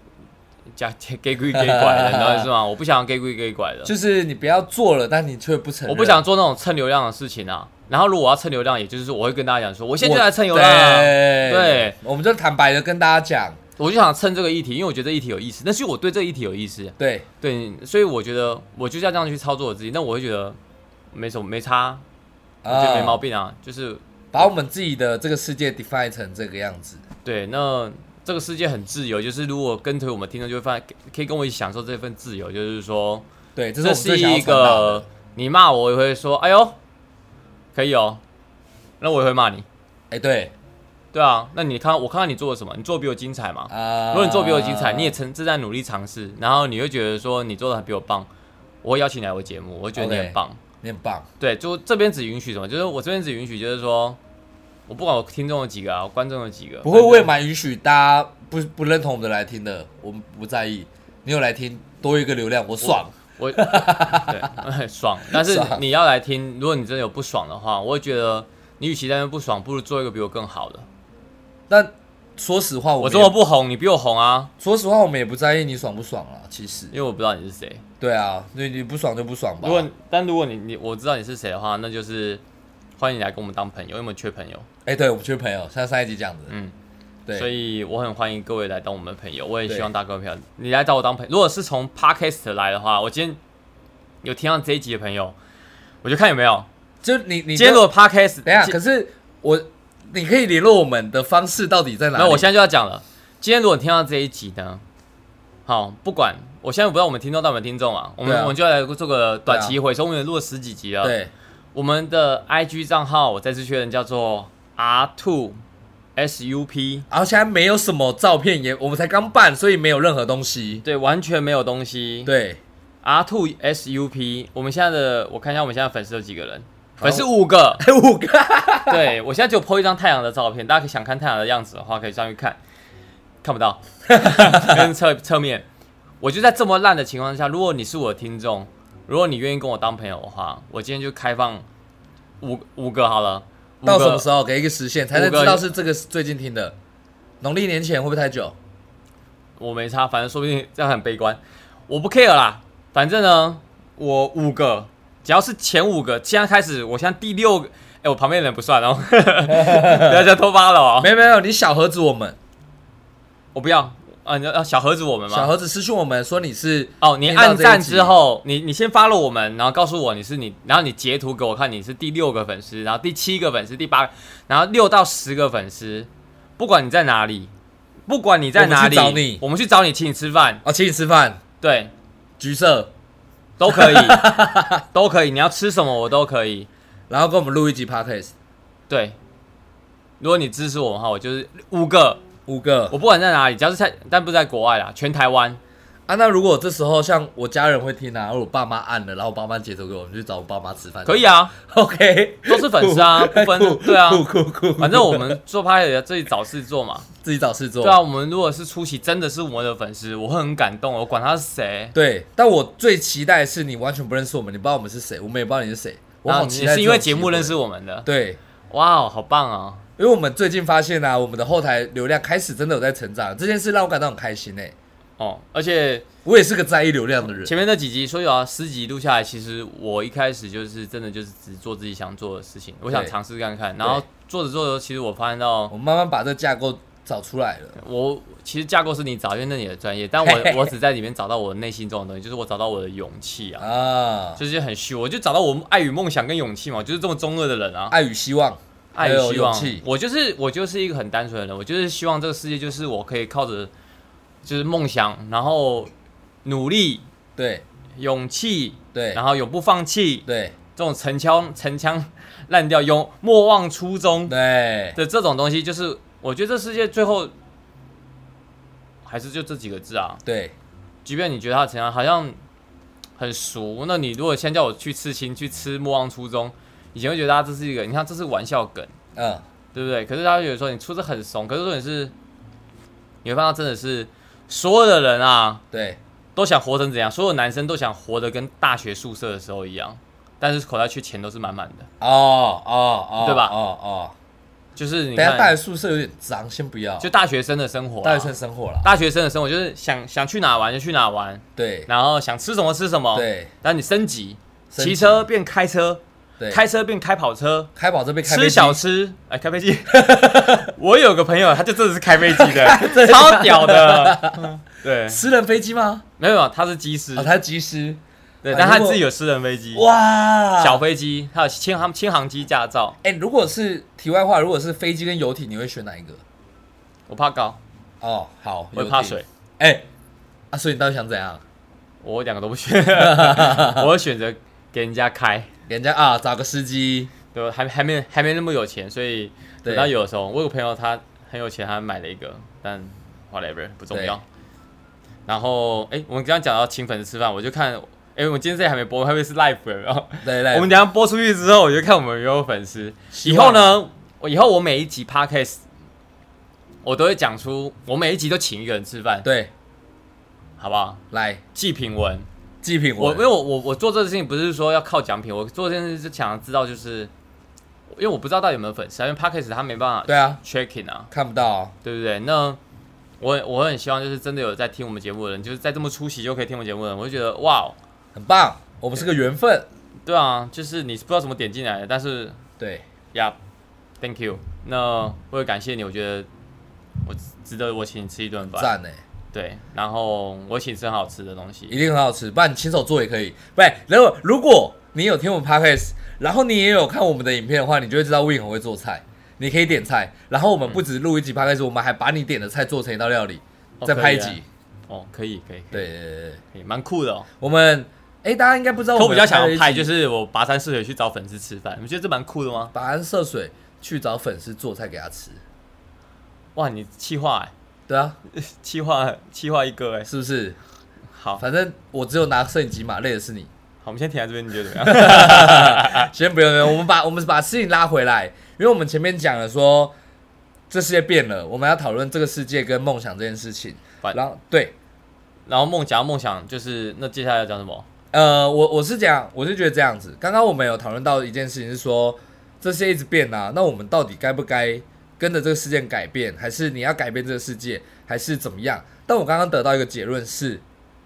[SPEAKER 1] 加 给鬼给拐的，你知道意思 吗？我不想要给鬼给拐的，
[SPEAKER 2] 就是你不要做了，但你却不承认，
[SPEAKER 1] 我不想做那种蹭流量的事情啊。然后如果我要蹭流量，也就是说我会跟大家讲说，我现在就来蹭流量啊、
[SPEAKER 2] 对
[SPEAKER 1] 对，
[SPEAKER 2] 我们就坦白的跟大家讲，
[SPEAKER 1] 我就想蹭这个议题，因为我觉得这议题有意思，但是我对这个议题有意思，
[SPEAKER 2] 对
[SPEAKER 1] 对，所以我觉得我就是要这样去操作我自己，那我会觉得没什么没差，我觉得没毛病啊，就是
[SPEAKER 2] 把我们自己的这个世界 define 成这个样子。
[SPEAKER 1] 对，那这个世界很自由，就是如果跟随我们听众就会发现，可以跟我一起享受这份自由，就是说
[SPEAKER 2] 对，这是
[SPEAKER 1] 这
[SPEAKER 2] 我们最
[SPEAKER 1] 是
[SPEAKER 2] 想要
[SPEAKER 1] 一
[SPEAKER 2] 传达的
[SPEAKER 1] 个。你骂我，我也会说，哎呦，可以哦，那我也会骂你，
[SPEAKER 2] 哎，对
[SPEAKER 1] 对啊，那你看我看看你做了什么，你做的比我精彩嘛，
[SPEAKER 2] 啊，
[SPEAKER 1] 如果你做得比我精彩，你也曾正在努力尝试，然后你会觉得说你做的比我棒，我会邀请你来我节目，我会觉得你
[SPEAKER 2] OK
[SPEAKER 1] 很棒。
[SPEAKER 2] 你很棒，
[SPEAKER 1] 对，就这边只允许什么？就是我这边只允许，就是说我不管我听众有几个啊，我观众有几个，
[SPEAKER 2] 不会我也
[SPEAKER 1] 反
[SPEAKER 2] 蛮允许大家不不认同我们的来听的，我们不在意。你有来听，多一个流量，我爽。
[SPEAKER 1] 正我对 爽。但是
[SPEAKER 2] 爽
[SPEAKER 1] 你要来听，如果你真的有不爽的话，我会觉得你与其在那边不爽，不如做一个比我更好的。
[SPEAKER 2] 那说实话我，
[SPEAKER 1] 我
[SPEAKER 2] 我
[SPEAKER 1] 这么不红，你比我红啊，
[SPEAKER 2] 说实话，我们也不在意你爽不爽啊。其实，
[SPEAKER 1] 因为我不知道你是谁。
[SPEAKER 2] 对啊，你你不爽就不爽吧。
[SPEAKER 1] 如果但如果你你我知道你是谁的话，那就是欢迎你来跟我们当朋友，因为我们缺朋友。
[SPEAKER 2] 哎、对我们缺朋友，像上一集讲的，
[SPEAKER 1] 嗯，
[SPEAKER 2] 对，
[SPEAKER 1] 所以我很欢迎各位来当我们的朋友，我也
[SPEAKER 2] 对
[SPEAKER 1] 希望大家跟我朋友，你来找我当朋友。如果是从 podcast 来的话，我今天有听到这一集的朋友，我就看有没有。
[SPEAKER 2] 就你你
[SPEAKER 1] 今天如
[SPEAKER 2] 就
[SPEAKER 1] 果 podcast，
[SPEAKER 2] 等一下，
[SPEAKER 1] 今
[SPEAKER 2] 可是我你可以联络我们的方式到底在哪里？
[SPEAKER 1] 没有，我现在就要讲了。今天如果你听到这一集呢，好，不管我现在不知道我们听众到没有听众啊，我们、
[SPEAKER 2] 对啊
[SPEAKER 1] 我们就来做个短期回收，我们也录了十几集了。，
[SPEAKER 2] 对啊
[SPEAKER 1] 我们的 IG 账号我再次确认叫做 R Two S U P，
[SPEAKER 2] 然后现在没有什么照片也，我们才刚办，所以没有任何东西。
[SPEAKER 1] 对，完全没有东西。
[SPEAKER 2] 对，
[SPEAKER 1] R Two S U P，我们现在的我看一下我们现在粉丝有几个人，
[SPEAKER 2] 好。
[SPEAKER 1] 粉丝五个
[SPEAKER 2] 哎五个，
[SPEAKER 1] 对我现在只有 po 一张太阳的照片，大家可以想看太阳的样子的话，可以上去看，看不 到，跟侧侧面。我就在这么烂的情况下，如果你是我的听众，如果你愿意跟我当朋友的话，我今天就开放五五个好了。五
[SPEAKER 2] 到
[SPEAKER 1] 个
[SPEAKER 2] 什么时候给一个时限才能
[SPEAKER 1] 五个
[SPEAKER 2] 知道是这个最近听的？农历年前会不会太久？
[SPEAKER 1] 我没差，反正说不定这样很悲观，我不 care 啦。反正呢，我五个，只要是前五个，现在开始，我现在第六个，哎、我旁边的人不算哦， 不要再偷发了哦，
[SPEAKER 2] 没有没有，你小盒子我们，
[SPEAKER 1] 我不要啊，你要要小盒子我们吗？
[SPEAKER 2] 小盒子私讯我们说你是
[SPEAKER 1] 哦，你
[SPEAKER 2] 听到
[SPEAKER 1] 按赞
[SPEAKER 2] 这一集
[SPEAKER 1] 之后，你你先发了我们，然后告诉我你是你，然后你截图给我看你是第六个粉丝，然后第七个粉丝，第八个，然后六到十个粉丝，不管你在哪里，不管你在
[SPEAKER 2] 我们
[SPEAKER 1] 哪
[SPEAKER 2] 去
[SPEAKER 1] 里，
[SPEAKER 2] 找你
[SPEAKER 1] 我们去找你，请你吃饭，
[SPEAKER 2] 哦，请你吃饭，
[SPEAKER 1] 对，
[SPEAKER 2] 橘色，
[SPEAKER 1] 都可以， 都可以，你要吃什么我都可以，
[SPEAKER 2] 然后跟我们录一集 podcast，
[SPEAKER 1] 对。如果你支持我的话，我就是五个，
[SPEAKER 2] 五个
[SPEAKER 1] 我不管在哪里，只要是在，但不是在国外啦，全台湾。
[SPEAKER 2] 啊。那如果这时候像我家人会听啊，如果我爸妈按了，然后我爸妈截图给我，我们去找我爸妈吃饭，
[SPEAKER 1] 可以 啊，
[SPEAKER 2] ？OK，
[SPEAKER 1] 都是粉丝啊
[SPEAKER 2] 酷
[SPEAKER 1] 不分对啊
[SPEAKER 2] 酷酷酷，
[SPEAKER 1] 反正我们做拍的自己找事做嘛。
[SPEAKER 2] 自己找事做。
[SPEAKER 1] 对啊，我们如果是初期真的是我们的粉丝，我会很感动，我管他是谁。
[SPEAKER 2] 对，但我最期待的是你完全不认识我们，你不知道我们是谁，我们也不知道你是谁。我
[SPEAKER 1] 然后
[SPEAKER 2] 好
[SPEAKER 1] 你
[SPEAKER 2] 期待
[SPEAKER 1] 是因
[SPEAKER 2] 这种
[SPEAKER 1] 为节目认识
[SPEAKER 2] 机
[SPEAKER 1] 我们的
[SPEAKER 2] 会。，对，
[SPEAKER 1] 哇哦，好棒哦！
[SPEAKER 2] 因为我们最近发现啊，我们的后台流量开始真的有在成长，这件事让我感到很开心诶、
[SPEAKER 1] 哦，而且
[SPEAKER 2] 我也是个在意流量的人，
[SPEAKER 1] 前面那几集，所以啊，十集录下来，其实我一开始就是真的就是只做自己想做的事情，我想
[SPEAKER 2] 对
[SPEAKER 1] 尝试看看。然后做着做着，其实我发现到
[SPEAKER 2] 我慢慢把这个架构找出来了。
[SPEAKER 1] 我其实架构是你找，因为那是你的专业，但
[SPEAKER 2] 嘿嘿
[SPEAKER 1] 我我只在里面找到我内心中的东西，就是我找到我的勇气啊，
[SPEAKER 2] 啊，
[SPEAKER 1] 就是很虚，我就找到我爱与梦想跟勇气嘛，我就是这么中二的人啊。
[SPEAKER 2] 爱与希望，
[SPEAKER 1] 爱与希望
[SPEAKER 2] 还有勇气。
[SPEAKER 1] 我就是我就是一个很单纯的人，我就是希望这个世界就是我可以靠着就是梦想，然后努力、
[SPEAKER 2] 对
[SPEAKER 1] 勇气，
[SPEAKER 2] 对
[SPEAKER 1] 然后永不放弃，
[SPEAKER 2] 对
[SPEAKER 1] 这种陈腔陈腔滥调、永莫忘初衷
[SPEAKER 2] 对，
[SPEAKER 1] 的这种东西，就是我觉得这世界最后还是就这几个字啊。
[SPEAKER 2] 对，
[SPEAKER 1] 即便你觉得它陈腔好像很俗，那你如果先叫我去刺青，去吃莫忘初衷，以前会觉得它这是一个，你看这是玩笑梗。
[SPEAKER 2] 嗯，
[SPEAKER 1] 对不对？可是他有时候你出的很怂，可是重点是，你会发现真的是所有的人啊，
[SPEAKER 2] 对，
[SPEAKER 1] 都想活成怎样，所有男生都想活得跟大学宿舍的时候一样，但是口袋却钱都是满满的。
[SPEAKER 2] 哦哦哦，
[SPEAKER 1] 对吧
[SPEAKER 2] 哦哦，
[SPEAKER 1] 就是你
[SPEAKER 2] 等一下大
[SPEAKER 1] 看，
[SPEAKER 2] 学宿舍有点脏，先不要，
[SPEAKER 1] 就大学生的生活啊、
[SPEAKER 2] 大学生生活啦。
[SPEAKER 1] 大学生的生活就是想想去哪玩就去哪玩，
[SPEAKER 2] 对
[SPEAKER 1] 然后想吃什么吃什么。，
[SPEAKER 2] 对
[SPEAKER 1] 但你升级，
[SPEAKER 2] 升
[SPEAKER 1] 骑
[SPEAKER 2] 级
[SPEAKER 1] 车变开车，
[SPEAKER 2] 对，
[SPEAKER 1] 开车变开跑车，
[SPEAKER 2] 开宝这边开飞
[SPEAKER 1] 吃
[SPEAKER 2] 机
[SPEAKER 1] 小吃，哎，开飞机。 我有个朋友，他就真的是开飞机 的，超屌的。对，
[SPEAKER 2] 私人飞机吗？
[SPEAKER 1] 没有，没有，他是机师
[SPEAKER 2] 啊，，他机师，
[SPEAKER 1] 对，
[SPEAKER 2] 啊
[SPEAKER 1] 但他
[SPEAKER 2] 如果
[SPEAKER 1] 自己有私人飞机，
[SPEAKER 2] 哇，
[SPEAKER 1] 小飞机，他有轻航轻航机驾照。
[SPEAKER 2] 哎，如果是题外话，如果是飞机跟游艇，你会选哪一个？
[SPEAKER 1] 我怕高，
[SPEAKER 2] 哦，好，
[SPEAKER 1] 我
[SPEAKER 2] 游
[SPEAKER 1] 也
[SPEAKER 2] 艇
[SPEAKER 1] 怕水，，
[SPEAKER 2] 哎，啊，所以你到底想怎样？
[SPEAKER 1] 我两个都不 选， 我会选择给人家开。
[SPEAKER 2] 人家啊，找个司机，
[SPEAKER 1] 对，还还没还没那么有钱，所以
[SPEAKER 2] 对
[SPEAKER 1] 等到有的时候，我有个朋友他很有钱，他买了一个，但 whatever 不重要。然后，哎，我们刚刚讲到请粉丝吃饭，我就看，哎，我们今天这里还没播，会不会是 live 的？然后
[SPEAKER 2] 对对，
[SPEAKER 1] 我们等一下播出去之后，我就看我们有没有粉丝。以
[SPEAKER 2] 希望
[SPEAKER 1] 后呢，我以后我每一集 podcast，我都会讲出，我每一集都请一个人吃饭，
[SPEAKER 2] 对，
[SPEAKER 1] 好不好？
[SPEAKER 2] 来
[SPEAKER 1] 祭品文，
[SPEAKER 2] 祭品
[SPEAKER 1] 我
[SPEAKER 2] 文
[SPEAKER 1] 因为我我我做这个事情不是说要靠奖品，我做这件事是想要知道就是因为我不知道到底有没有粉丝啊，因为 Podcast 他没办法
[SPEAKER 2] 对啊，
[SPEAKER 1] checking 啊，
[SPEAKER 2] 看不到啊、
[SPEAKER 1] 对不对？那我我很希望就是真的有在听我们节目的人，就是在这么出席就可以听我们节目的人，我就觉得哇哦，
[SPEAKER 2] 很棒，我们是个缘分。
[SPEAKER 1] 对啊，就是你不知道怎么点进来的，但是
[SPEAKER 2] 对，
[SPEAKER 1] 呀、yeah,，Thank you。那为了感谢你，我觉得我值得我请你吃一顿饭，
[SPEAKER 2] 赞呢、
[SPEAKER 1] 对，然后我请你吃很好吃的东西，
[SPEAKER 2] 一定很好吃，不然你亲手做也可以。不然，然后如果你有听我们 podcast，然后你也有看我们的影片的话，你就会知道 Win 很会做菜。你可以点菜，然后我
[SPEAKER 1] 嗯
[SPEAKER 2] 们不止录一集 podcast，我们还把你点的菜做成一道料理，
[SPEAKER 1] 哦
[SPEAKER 2] 再拍一
[SPEAKER 1] 可以
[SPEAKER 2] 集
[SPEAKER 1] 啊。哦，可以可以可以
[SPEAKER 2] 对对对对，
[SPEAKER 1] 可以，蛮酷的哦。
[SPEAKER 2] 我们哎，大家应该不知道
[SPEAKER 1] 可
[SPEAKER 2] 我
[SPEAKER 1] 我
[SPEAKER 2] 们
[SPEAKER 1] 比较想要拍，
[SPEAKER 2] 了一
[SPEAKER 1] 就
[SPEAKER 2] 集
[SPEAKER 1] 是我跋山涉水去找粉丝吃饭，你觉得这蛮酷的吗？
[SPEAKER 2] 跋山涉水去找粉丝做菜给他吃。
[SPEAKER 1] 哇，你气化哎、
[SPEAKER 2] 对啊，
[SPEAKER 1] 气化气化一个哎、
[SPEAKER 2] 是不是？
[SPEAKER 1] 好，好，
[SPEAKER 2] 反正我只有拿摄影机嘛，累的是你。
[SPEAKER 1] 我们先停在这边，你觉得怎 么样？
[SPEAKER 2] 先不用，不用我们把我们把事情拉回来，因为我们前面讲了说这世界变了，我们要讨论这个世界跟梦想这件事情。
[SPEAKER 1] 反
[SPEAKER 2] 然后对，
[SPEAKER 1] 然后梦想梦想就是那接下来要讲什么？
[SPEAKER 2] 呃，我我是讲，我是觉得这样子。刚刚我们有讨论到一件事情是说，这世界一直变啊，那我们到底该不该跟着这个事件改变，还是你要改变这个世界，还是怎么样？但我刚刚得到一个结论是，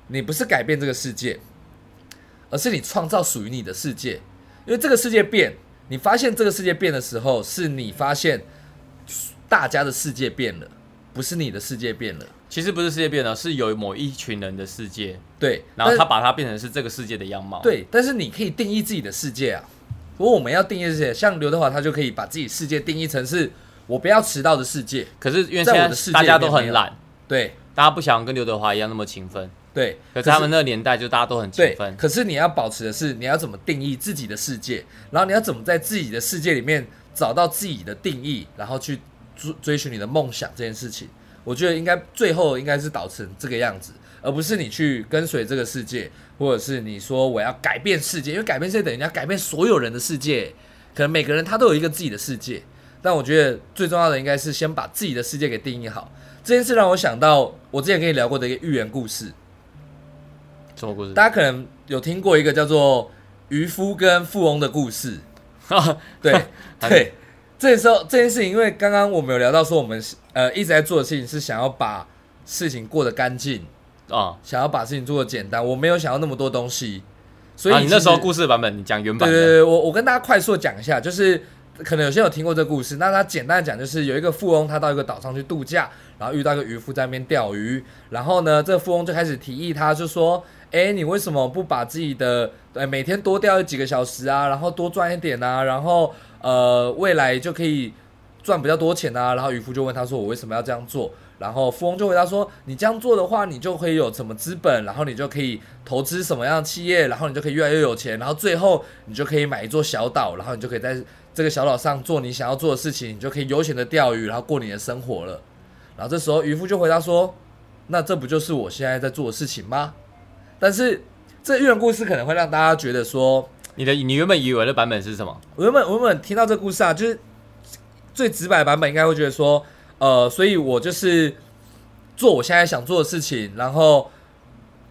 [SPEAKER 2] 你不是改变这个世界，而是你创造属于你的世界。因为这个世界变，你发现这个世界变的时候，是你发现大家的世界变了，不是你的世界变了。
[SPEAKER 1] 其实不是世界变了，是有某一群人的世界，
[SPEAKER 2] 对，
[SPEAKER 1] 然后
[SPEAKER 2] 但
[SPEAKER 1] 他把它变成是这个世界的样貌。，
[SPEAKER 2] 对，但是你可以定义自己的世界啊。如果我们要定义世界，像刘德华他就可以把自己世界定义成是我不要迟到的世界。
[SPEAKER 1] 可是因为
[SPEAKER 2] 在
[SPEAKER 1] 现
[SPEAKER 2] 我
[SPEAKER 1] 在
[SPEAKER 2] 的世界
[SPEAKER 1] 大家都
[SPEAKER 2] 里面
[SPEAKER 1] 很懒，
[SPEAKER 2] 对
[SPEAKER 1] 大家不想跟刘德华一样那么勤奋，
[SPEAKER 2] 对，
[SPEAKER 1] 可是他们那个年代就大家都很勤
[SPEAKER 2] 对
[SPEAKER 1] 奋，。
[SPEAKER 2] 可是你要保持的是你要怎么定义自己的世界，然后你要怎么在自己的世界里面找到自己的定义，然后去追追寻你的梦想这件事情。我觉得应该最后应该是导成这个样子，而不是你去跟随这个世界，或者是你说我要改变世界，因为改变世界等于你要改变所有人的世界，可能每个人他都有一个自己的世界。但我觉得最重要的应该是先把自己的世界给定义好。这件事让我想到我之前跟你聊过的一个寓言故事，
[SPEAKER 1] 什么故事？
[SPEAKER 2] 大家可能有听过一个叫做渔夫跟富翁的故事，对对。这时候这件事情，因为刚刚我们有聊到说，我们是呃一直在做的事情是想要把事情过得干净，
[SPEAKER 1] 啊，
[SPEAKER 2] 想要把事情做得简单，我没有想要那么多东西，所以、
[SPEAKER 1] 啊，你那时候故事的版本，你讲原版
[SPEAKER 2] 对
[SPEAKER 1] 的。
[SPEAKER 2] 对对，我我跟大家快速地讲一下，就是可能有些人有听过这个故事，那他简单的讲就是有一个富翁，他到一个岛上去度假，然后遇到一个渔夫在那边钓鱼，然后呢，这个富翁就开始提议他，就说，哎，你为什么不把自己的呃每天多钓几个小时啊，然后多赚一点啊，然后呃未来就可以赚比较多钱啊。然后渔夫就问他说：“我为什么要这样做？”然后富翁就回答说：“你这样做的话，你就可以有什么资本，然后你就可以投资什么样的企业，然后你就可以越来越有钱，然后最后你就可以买一座小岛，然后你就可以在这个小岛上做你想要做的事情，你就可以悠闲的钓鱼，然后过你的生活了。”然后这时候渔夫就回答说：“那这不就是我现在在做的事情吗？”但是这寓言故事可能会让大家觉得说，
[SPEAKER 1] 你的你原本以为的版本是什么？
[SPEAKER 2] 我原本我原本听到这故事啊，就是最直白的版本应该会觉得说，呃，所以我就是做我现在想做的事情，然后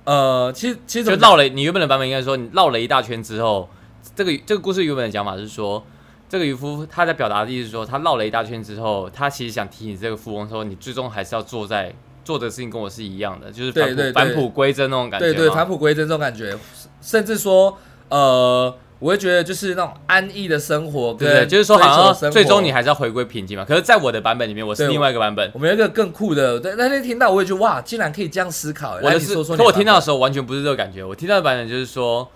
[SPEAKER 2] 呃，其实其实怎
[SPEAKER 1] 就
[SPEAKER 2] 么讲
[SPEAKER 1] 绕了你原本的版本，应该说你绕了一大圈之后，这个这个故事原本的讲法是说，这个渔夫他在表达的意思是说，他绕了一大圈之后，他其实想提醒这个富翁说，你最终还是要做在做的事情跟我是一样的，就是返
[SPEAKER 2] 对
[SPEAKER 1] 璞
[SPEAKER 2] 对对
[SPEAKER 1] 返璞归真那种感觉
[SPEAKER 2] 对
[SPEAKER 1] 嘛。
[SPEAKER 2] 对，返璞归真这种感觉，甚至说呃，我会觉得就是那种安逸的生活
[SPEAKER 1] 对
[SPEAKER 2] 跟
[SPEAKER 1] 对，就是说好
[SPEAKER 2] 追求的生
[SPEAKER 1] 像
[SPEAKER 2] 活
[SPEAKER 1] 最终你还是要回归平静嘛。可是，在我的版本里面，我是
[SPEAKER 2] 对
[SPEAKER 1] 另外一个版本，
[SPEAKER 2] 我们有一个更酷的，对，那天听到我也觉得哇，竟然可以这样思考、
[SPEAKER 1] 我
[SPEAKER 2] 欸。来
[SPEAKER 1] 的
[SPEAKER 2] 你
[SPEAKER 1] 是，
[SPEAKER 2] 说说
[SPEAKER 1] 可
[SPEAKER 2] 你的
[SPEAKER 1] 我
[SPEAKER 2] 版
[SPEAKER 1] 听到
[SPEAKER 2] 本
[SPEAKER 1] 的时候完全不是这个感觉。我听到的版本就是说，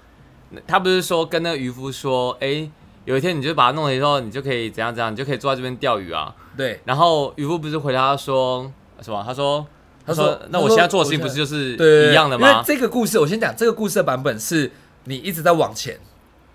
[SPEAKER 1] 他不是说跟那个渔夫说，哎、有一天你就把它弄了以后，你就可以怎样怎样，你就可以坐在这边钓鱼啊。
[SPEAKER 2] 对
[SPEAKER 1] 然后渔夫不是回答他说什么？他说，
[SPEAKER 2] 他
[SPEAKER 1] 他
[SPEAKER 2] 说
[SPEAKER 1] 说，那
[SPEAKER 2] 他
[SPEAKER 1] 我
[SPEAKER 2] 说
[SPEAKER 1] 现在做的事情
[SPEAKER 2] 我
[SPEAKER 1] 不是
[SPEAKER 2] 现
[SPEAKER 1] 就是
[SPEAKER 2] 对
[SPEAKER 1] 一样的
[SPEAKER 2] 因为
[SPEAKER 1] 吗？
[SPEAKER 2] 这个故事，我先讲这个故事的版本是你一直在往前，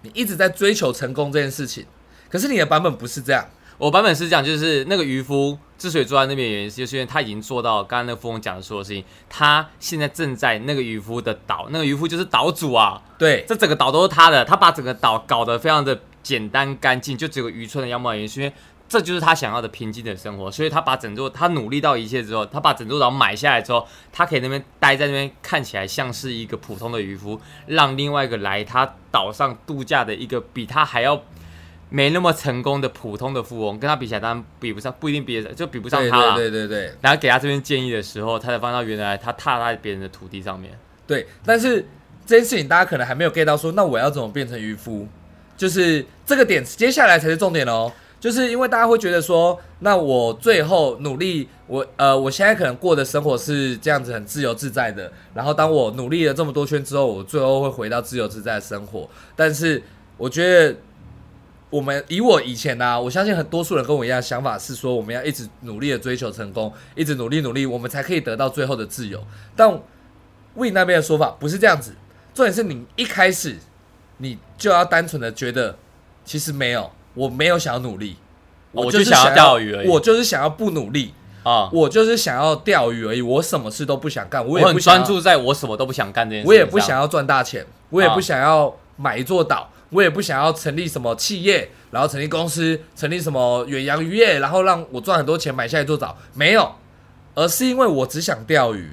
[SPEAKER 2] 你一直在追求成功这件事情。可是你的版本不是这样，
[SPEAKER 1] 我版本是讲，就是那个渔夫之所以坐在那边，原因是就是因为他已经做到刚刚那个富翁讲的所有事情，他现在正在那个渔夫的岛，那个渔夫就是岛主啊，
[SPEAKER 2] 对，
[SPEAKER 1] 这整个岛都是他的，他把整个岛搞得非常的简单干净，就只有渔村的样貌原因，是因为这就是他想要的平静的生活，所以他把整座他努力到一切之后，他把整座岛买下来之后，他可以那边待在那边，看起来像是一个普通的渔夫，让另外一个来他岛上度假的一个比他还要。没那么成功的普通的富翁，跟他比起来，当然比不上，不一定比得就比不上
[SPEAKER 2] 对
[SPEAKER 1] 他啦。
[SPEAKER 2] 对对对对
[SPEAKER 1] 然后给他这边建议的时候，他才发现到原来他踏在别人的土地上面。
[SPEAKER 2] 对，但是这件事情大家可能还没有 get 到说那我要怎么变成渔夫？就是这个点，接下来才是重点哦。就是因为大家会觉得说，那我最后努力，我呃，我现在可能过的生活是这样子，很自由自在的。然后当我努力了这么多圈之后，我最后会回到自由自在的生活。但是我觉得，我们以我以前啊，我相信很多数人跟我一样的想法是说，我们要一直努力的追求成功，一直努力努力，我们才可以得到最后的自由。但 Win 那边的说法不是这样子，重点是你一开始你就要单纯的觉得，其实没有，我没有想要努力，
[SPEAKER 1] 哦我
[SPEAKER 2] 就
[SPEAKER 1] 就是想要
[SPEAKER 2] 要
[SPEAKER 1] 钓鱼而已
[SPEAKER 2] 我就是想要不努力，
[SPEAKER 1] 啊、
[SPEAKER 2] 我就是想要钓鱼而已，我什么事都不想干，
[SPEAKER 1] 我
[SPEAKER 2] 也
[SPEAKER 1] 很
[SPEAKER 2] 不想
[SPEAKER 1] 专
[SPEAKER 2] 要
[SPEAKER 1] 注在我什么都不想干这件事情
[SPEAKER 2] 我也不
[SPEAKER 1] 上
[SPEAKER 2] 想要赚大钱，我也
[SPEAKER 1] 啊
[SPEAKER 2] 不想要买一座岛，我也不想要成立什么企业，然后成立公司，成立什么远洋渔业，然后让我赚很多钱买下一座岛，没有，而是因为我只想钓鱼。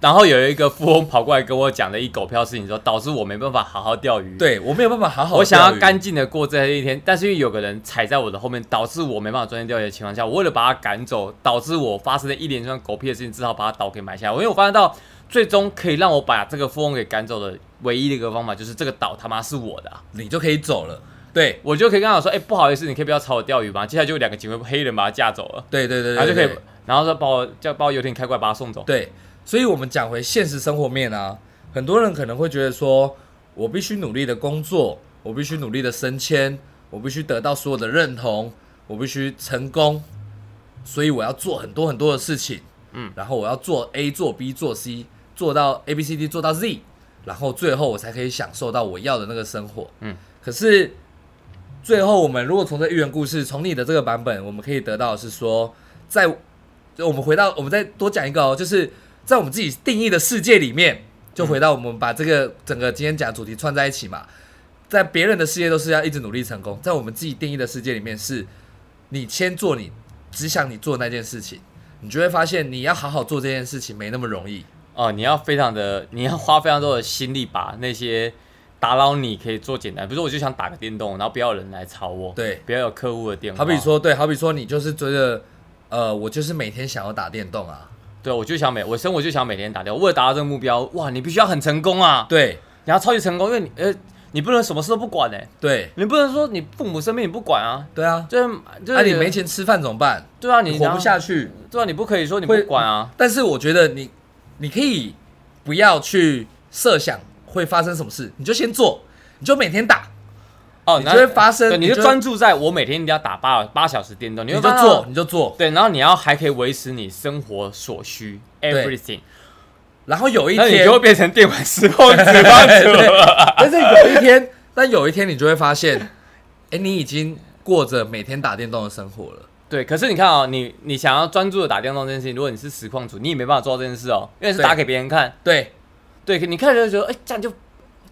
[SPEAKER 1] 然后有一个富翁跑过来跟我讲了一狗票事情之后，导致我没办法好好钓鱼。，
[SPEAKER 2] 对我没有办法好好，
[SPEAKER 1] 我想要干，净的过这一天，但是因为有个人踩在我的后面，导致我没办法专心钓鱼的情况下，我为了把他赶走，导致我发生了一连串狗屁的事情，只好把他岛给买下来。因为我发现到最终可以让我把这个富翁给赶走的唯一的一个方法，就是这个岛他妈是我的啊、
[SPEAKER 2] 你就可以走了。对
[SPEAKER 1] 我就可以跟他讲说，哎、不好意思，你可以不要吵我钓鱼吗？接下来就有两个警卫黑人把他架走了，
[SPEAKER 2] 对对对，
[SPEAKER 1] 然后就可以
[SPEAKER 2] 对，
[SPEAKER 1] 然后说把我叫把我游艇开过来把他送走。
[SPEAKER 2] 对，所以我们讲回现实生活面啊，很多人可能会觉得说，我必须努力的工作，我必须努力的升迁，我必须得到所有的认同，我必须成功，所以我要做很多很多的事情，
[SPEAKER 1] 嗯，
[SPEAKER 2] 然后我要做 A 做 B 做 C 做到 A B C D 做到 Z，然后最后我才可以享受到我要的那个生活，
[SPEAKER 1] 嗯，
[SPEAKER 2] 可是。最后，我们如果从这寓言故事，从你的这个版本，我们可以得到的是说，在就我们回到，我们再多讲一个哦，就是在我们自己定义的世界里面，就回到我们把这个整个今天讲的主题串在一起嘛。在别人的世界都是要一直努力成功，在我们自己定义的世界里面是，你先做你只想你做那件事情，你就会发现你要好好做这件事情没那么容易。
[SPEAKER 1] 哦，你要非常的，你要花非常多的心力把那些打扰你可以做简单，比如说我就想打个电动，然后不要有人来吵我，，
[SPEAKER 2] 对，
[SPEAKER 1] 不要有客户的电话，
[SPEAKER 2] 好比，说，对，好比说你就是觉得，呃，我就是每天想要打电动啊，
[SPEAKER 1] 对我就想每我生活就想每天打掉，为了达到这个目标，哇，你必须要很成功啊，
[SPEAKER 2] 对
[SPEAKER 1] 你要超级成功，因为你呃，你不能什么事都不管哎、
[SPEAKER 2] 对
[SPEAKER 1] 你不能说你父母生病你不管啊，
[SPEAKER 2] 对啊，
[SPEAKER 1] 就是就是、
[SPEAKER 2] 那、你没钱吃饭怎么办？
[SPEAKER 1] 对啊，
[SPEAKER 2] 你
[SPEAKER 1] 你
[SPEAKER 2] 活不，下去。
[SPEAKER 1] 对啊，你不可以说你不
[SPEAKER 2] 会
[SPEAKER 1] 管啊，
[SPEAKER 2] 但是我觉得你，你可以不要去设想会发生什么事，你就先做，你就每天打，
[SPEAKER 1] 哦，
[SPEAKER 2] 你
[SPEAKER 1] 那
[SPEAKER 2] 就会发生
[SPEAKER 1] 对你
[SPEAKER 2] 你
[SPEAKER 1] 就
[SPEAKER 2] 就
[SPEAKER 1] 专注在我每天一定要打八八小时电动，你
[SPEAKER 2] 你
[SPEAKER 1] 会
[SPEAKER 2] 就
[SPEAKER 1] 发现到
[SPEAKER 2] 做，你就做。
[SPEAKER 1] 对，然后你要还可以维持你生活所需，everything，
[SPEAKER 2] 然后有一
[SPEAKER 1] 那你
[SPEAKER 2] 天
[SPEAKER 1] 就，会啊变成电玩时空指望者 了。
[SPEAKER 2] 但是有一天，但有一天你就会发现， 哎，你已经过着每天打电动的生活了。
[SPEAKER 1] 对，可是你看哦，你你想要专注的打电动这件事情，如果你是实况组，你也没办法做到这件事哦，因为是
[SPEAKER 2] 对
[SPEAKER 1] 打给别人看。
[SPEAKER 2] 对，
[SPEAKER 1] 对，可你看着就觉得，哎，这样就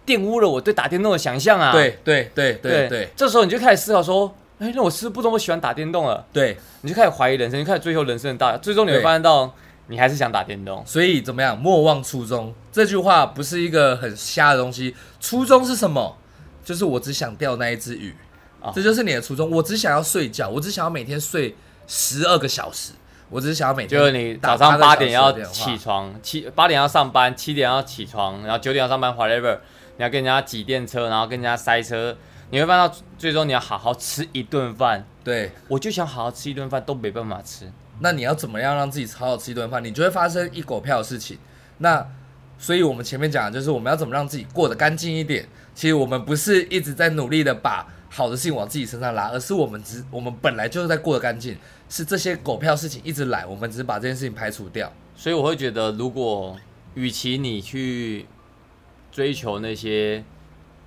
[SPEAKER 1] 玷污了我对打电动的想象啊。
[SPEAKER 2] 对，对，对，对，对，
[SPEAKER 1] 这时候你就开始思考说，哎，那我是不是不那么喜欢打电动了？
[SPEAKER 2] 对。
[SPEAKER 1] 你就开始怀疑人生，你就开始追求人生的大，最终你会
[SPEAKER 2] 对
[SPEAKER 1] 发现到你还是想打电动。
[SPEAKER 2] 所以怎么样？莫忘初衷这句话不是一个很瞎的东西。初衷是什么？就是我只想钓那一只鱼，
[SPEAKER 1] 哦
[SPEAKER 2] 这就是你的初衷。我只想要睡觉，我只想要每天睡十二个小时，我只是想要每天
[SPEAKER 1] 就是你
[SPEAKER 2] 打
[SPEAKER 1] 早上
[SPEAKER 2] 8个小
[SPEAKER 1] 八
[SPEAKER 2] 时
[SPEAKER 1] 点要
[SPEAKER 2] 的电话
[SPEAKER 1] 起床，七八点要上班，七点要起床，然后九点要上班，whatever，你要跟人家挤电车，然后跟人家塞车，你会发现到最终你要好好吃一顿饭。
[SPEAKER 2] 对。
[SPEAKER 1] 我就想好好吃一顿饭，都没办法吃。
[SPEAKER 2] 那你要怎么样让自己好好吃一顿饭？你就会发生一狗票的事情。那所以我们前面讲的就是我们要怎么让自己过得干净一点。其实我们不是一直在努力的把好的事情往自己身上拉，而是我们只我们本来就是在过得干净，是这些狗票事情一直来，我们只是把这件事情排除掉。
[SPEAKER 1] 所以我会觉得，如果与其你去追求那些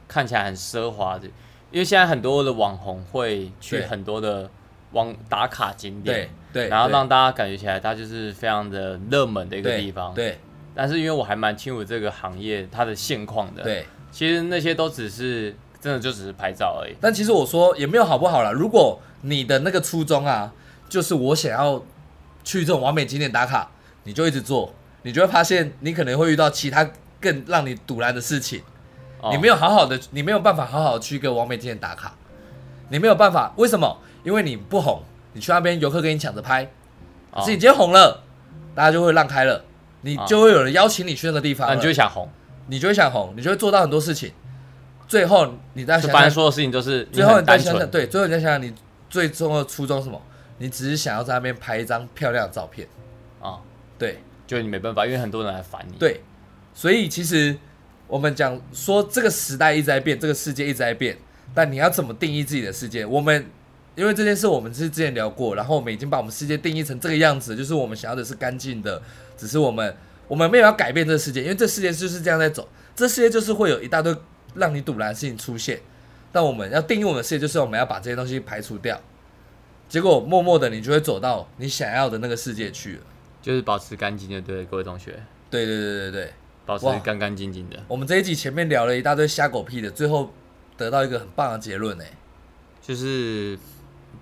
[SPEAKER 1] 看起来很奢华的，因为现在很多的网红会去
[SPEAKER 2] 对
[SPEAKER 1] 很多的网打卡景
[SPEAKER 2] 对
[SPEAKER 1] 点，
[SPEAKER 2] 对，
[SPEAKER 1] 然后
[SPEAKER 2] 对
[SPEAKER 1] 让大家感觉起来它就是非常的热门的一个
[SPEAKER 2] 对
[SPEAKER 1] 地方。
[SPEAKER 2] 对
[SPEAKER 1] 但是因为我还蛮清楚这个行业它的现况的，，
[SPEAKER 2] 对。
[SPEAKER 1] 其实那些都只是真的就只是拍照而已。
[SPEAKER 2] 但其实我说也没有好不好啦。如果你的那个初衷啊，就是我想要去这种完美景点打卡，你就一直做，你就会发现你可能会遇到其他更让你堵然的事情。
[SPEAKER 1] 哦
[SPEAKER 2] 你没有好好的，你没有办法好好去一个完美景点打卡，你没有办法，为什么？因为你不红，你去那边游客跟你抢着拍，
[SPEAKER 1] 哦
[SPEAKER 2] 自己今天红了，大家就会让开了，你
[SPEAKER 1] 哦
[SPEAKER 2] 就会有人邀请你去那个地方
[SPEAKER 1] 那
[SPEAKER 2] 了，
[SPEAKER 1] 你就会想红，
[SPEAKER 2] 你就会想红，你就会做到很多事情。最后你再
[SPEAKER 1] 就
[SPEAKER 2] 想
[SPEAKER 1] 反正
[SPEAKER 2] 想，
[SPEAKER 1] 所有事情都是你
[SPEAKER 2] 最后
[SPEAKER 1] 很
[SPEAKER 2] 你再
[SPEAKER 1] 单
[SPEAKER 2] 想想，
[SPEAKER 1] 纯，
[SPEAKER 2] 对，最后你再想想你最终的初衷是什么？你只是想要在那边拍一张漂亮的照片，
[SPEAKER 1] 啊，
[SPEAKER 2] 对
[SPEAKER 1] 就你没办法，因为很多人来烦你。，
[SPEAKER 2] 对。所以其实我们讲说这个时代一直在变，这个世界一直在变，但你要怎么定义自己的世界？我们因为这件事我们是之前聊过，然后我们已经把我们世界定义成这个样子，就是我们想要的是干净的，只是我们我们没有要改变这个世界，因为这世界就是这样在走，这世界就是会有一大堆让你堵拦的事情出现。但我们要定义我们的世界，就是我们要把这些东西排除掉。结果默默的，你就会走到你想要的那个世界去了。
[SPEAKER 1] 就是保持干净就对了，各位同学，
[SPEAKER 2] 对对对对对，
[SPEAKER 1] 保持
[SPEAKER 2] 哇
[SPEAKER 1] 干干净净的，
[SPEAKER 2] 我们这一集前面聊了一大堆瞎狗屁的，最后得到一个很棒的结论欸呢、
[SPEAKER 1] 就是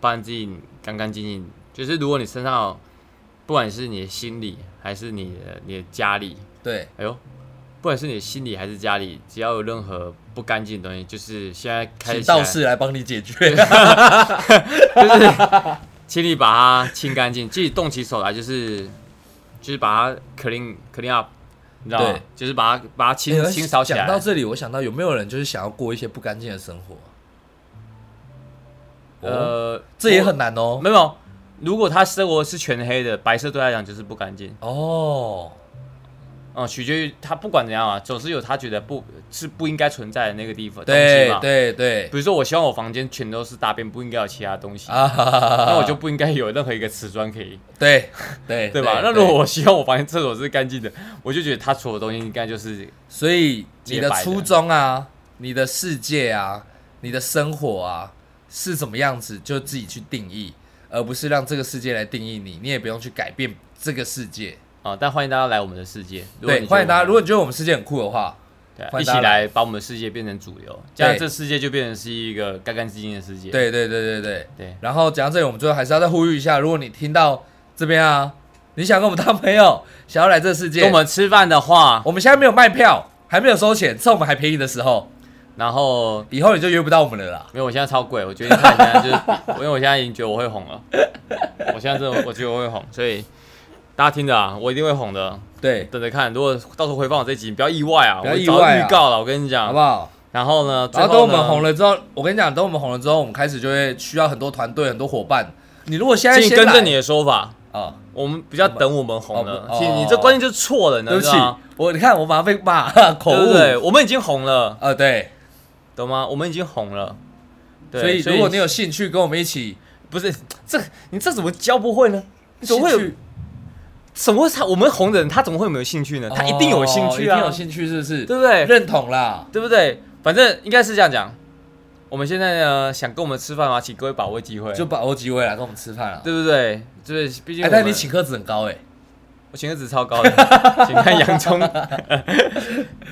[SPEAKER 1] 把你自己干干净净。就是如果你身上有，不管是你的心里还是你的你的家里，
[SPEAKER 2] 对，
[SPEAKER 1] 哎呦，不管是你的心里还是家里，只要有任何不干净的东西，就是现在开始
[SPEAKER 2] 请
[SPEAKER 1] 起来
[SPEAKER 2] 道士来帮你解决。
[SPEAKER 1] 请你把它清干净，自己动起手来，就是就是把它 clean clean up，你知道吗
[SPEAKER 2] 对？
[SPEAKER 1] 就是把它把它清、
[SPEAKER 2] 欸
[SPEAKER 1] 清扫起来
[SPEAKER 2] 讲。到这里，我想到有没有人就是想要过一些不干净的生活？呃，
[SPEAKER 1] 呃，
[SPEAKER 2] 这也很难哦。
[SPEAKER 1] 没有。如果他生活是全黑的，白色对他来讲就是不干净。
[SPEAKER 2] 哦，
[SPEAKER 1] 嗯，取决于他不管怎样啊，总是有他觉得不是不应该存在的那个地方。
[SPEAKER 2] 对
[SPEAKER 1] 东西嘛
[SPEAKER 2] 对对
[SPEAKER 1] 比，如说，我希望我房间全都是大便，不应该有其他东西，
[SPEAKER 2] 啊哈哈哈哈，
[SPEAKER 1] 那我就不应该有任何一个瓷砖可以，
[SPEAKER 2] 对对
[SPEAKER 1] 对吧？那如果我希望我房间厕所是干净的，我就觉得他所有东西应该就是
[SPEAKER 2] 所以
[SPEAKER 1] 洁
[SPEAKER 2] 你
[SPEAKER 1] 白
[SPEAKER 2] 的
[SPEAKER 1] 的
[SPEAKER 2] 初衷啊，你的世界啊，你的生活啊是怎么样子，就自己去定义，而不是让这个世界来定义你，你也不用去改变这个世界。
[SPEAKER 1] 啊、但欢迎大家来我们的世界。如果
[SPEAKER 2] 对，
[SPEAKER 1] 你觉得
[SPEAKER 2] 欢迎大家。
[SPEAKER 1] 我们
[SPEAKER 2] 如果你觉得我们世界很酷的话，
[SPEAKER 1] 对啊
[SPEAKER 2] 欢
[SPEAKER 1] 一
[SPEAKER 2] 迎
[SPEAKER 1] 起
[SPEAKER 2] 大家来
[SPEAKER 1] 来把我们的世界变成主流，这样这世界就变成是一个干干净净的世界。
[SPEAKER 2] 对对对对对。
[SPEAKER 1] 对，
[SPEAKER 2] 然后讲到这里，我们最后还是要再呼吁一下，如果你听到这边啊，你想跟我们当朋友，想要来这个世界，
[SPEAKER 1] 跟我们吃饭的话，
[SPEAKER 2] 我们现在没有卖票，还没有收钱，趁我们还便宜的时候，
[SPEAKER 1] 然后
[SPEAKER 2] 以后你就约不到我们了啦。
[SPEAKER 1] 没有，我现在超贵，我决定看现在就是， 我因为我现在已经觉得我会红了，我现在真的我觉得我会红，所以大家听着啊，我一定会红的，
[SPEAKER 2] 对，
[SPEAKER 1] 等着看。如果到时候回放我这集，你不要意外啊，
[SPEAKER 2] 不要
[SPEAKER 1] 我
[SPEAKER 2] 意
[SPEAKER 1] 早就
[SPEAKER 2] 外啊
[SPEAKER 1] 预告了，我跟你讲，
[SPEAKER 2] 好不好？
[SPEAKER 1] 然后呢，最
[SPEAKER 2] 然后等我们红
[SPEAKER 1] 了，
[SPEAKER 2] 了之后，我跟你讲，等我们红了之后，我们开始就会需要很多团队、很多伙伴。你如果现在
[SPEAKER 1] 请
[SPEAKER 2] 先
[SPEAKER 1] 更正
[SPEAKER 2] 来
[SPEAKER 1] 你的说法，
[SPEAKER 2] 啊，
[SPEAKER 1] 我们比较等我们红
[SPEAKER 2] 哦
[SPEAKER 1] 了，
[SPEAKER 2] 不哦
[SPEAKER 1] 请你这观念就是错的，你
[SPEAKER 2] 对不
[SPEAKER 1] 知
[SPEAKER 2] 起
[SPEAKER 1] 道吗？，
[SPEAKER 2] 我你看我马上被骂 口
[SPEAKER 1] 对不对？
[SPEAKER 2] 误。
[SPEAKER 1] 我们已经红了，
[SPEAKER 2] 啊，对，
[SPEAKER 1] 懂吗？我们已经红了，对，
[SPEAKER 2] 所以如果你有兴趣跟我们一起
[SPEAKER 1] 不是这你这怎么教不会呢？你怎么会
[SPEAKER 2] 兴
[SPEAKER 1] 有
[SPEAKER 2] 趣？
[SPEAKER 1] 怎么会他我们红的人他怎么会没有兴趣呢？他一定有兴趣
[SPEAKER 2] 哦一定
[SPEAKER 1] 啊
[SPEAKER 2] 有，兴趣是不是？
[SPEAKER 1] 对不对？
[SPEAKER 2] 认同啦，
[SPEAKER 1] 对不对？反正应该是这样讲。我们现在呢，想跟我们吃饭吗？请各位把握机会，
[SPEAKER 2] 就把握机会来跟我们吃饭啊。
[SPEAKER 1] 对不对？就是毕竟
[SPEAKER 2] 哎，
[SPEAKER 1] 我
[SPEAKER 2] 但
[SPEAKER 1] 们
[SPEAKER 2] 你请客子很高哎，
[SPEAKER 1] 我请的值超 高的，请看洋葱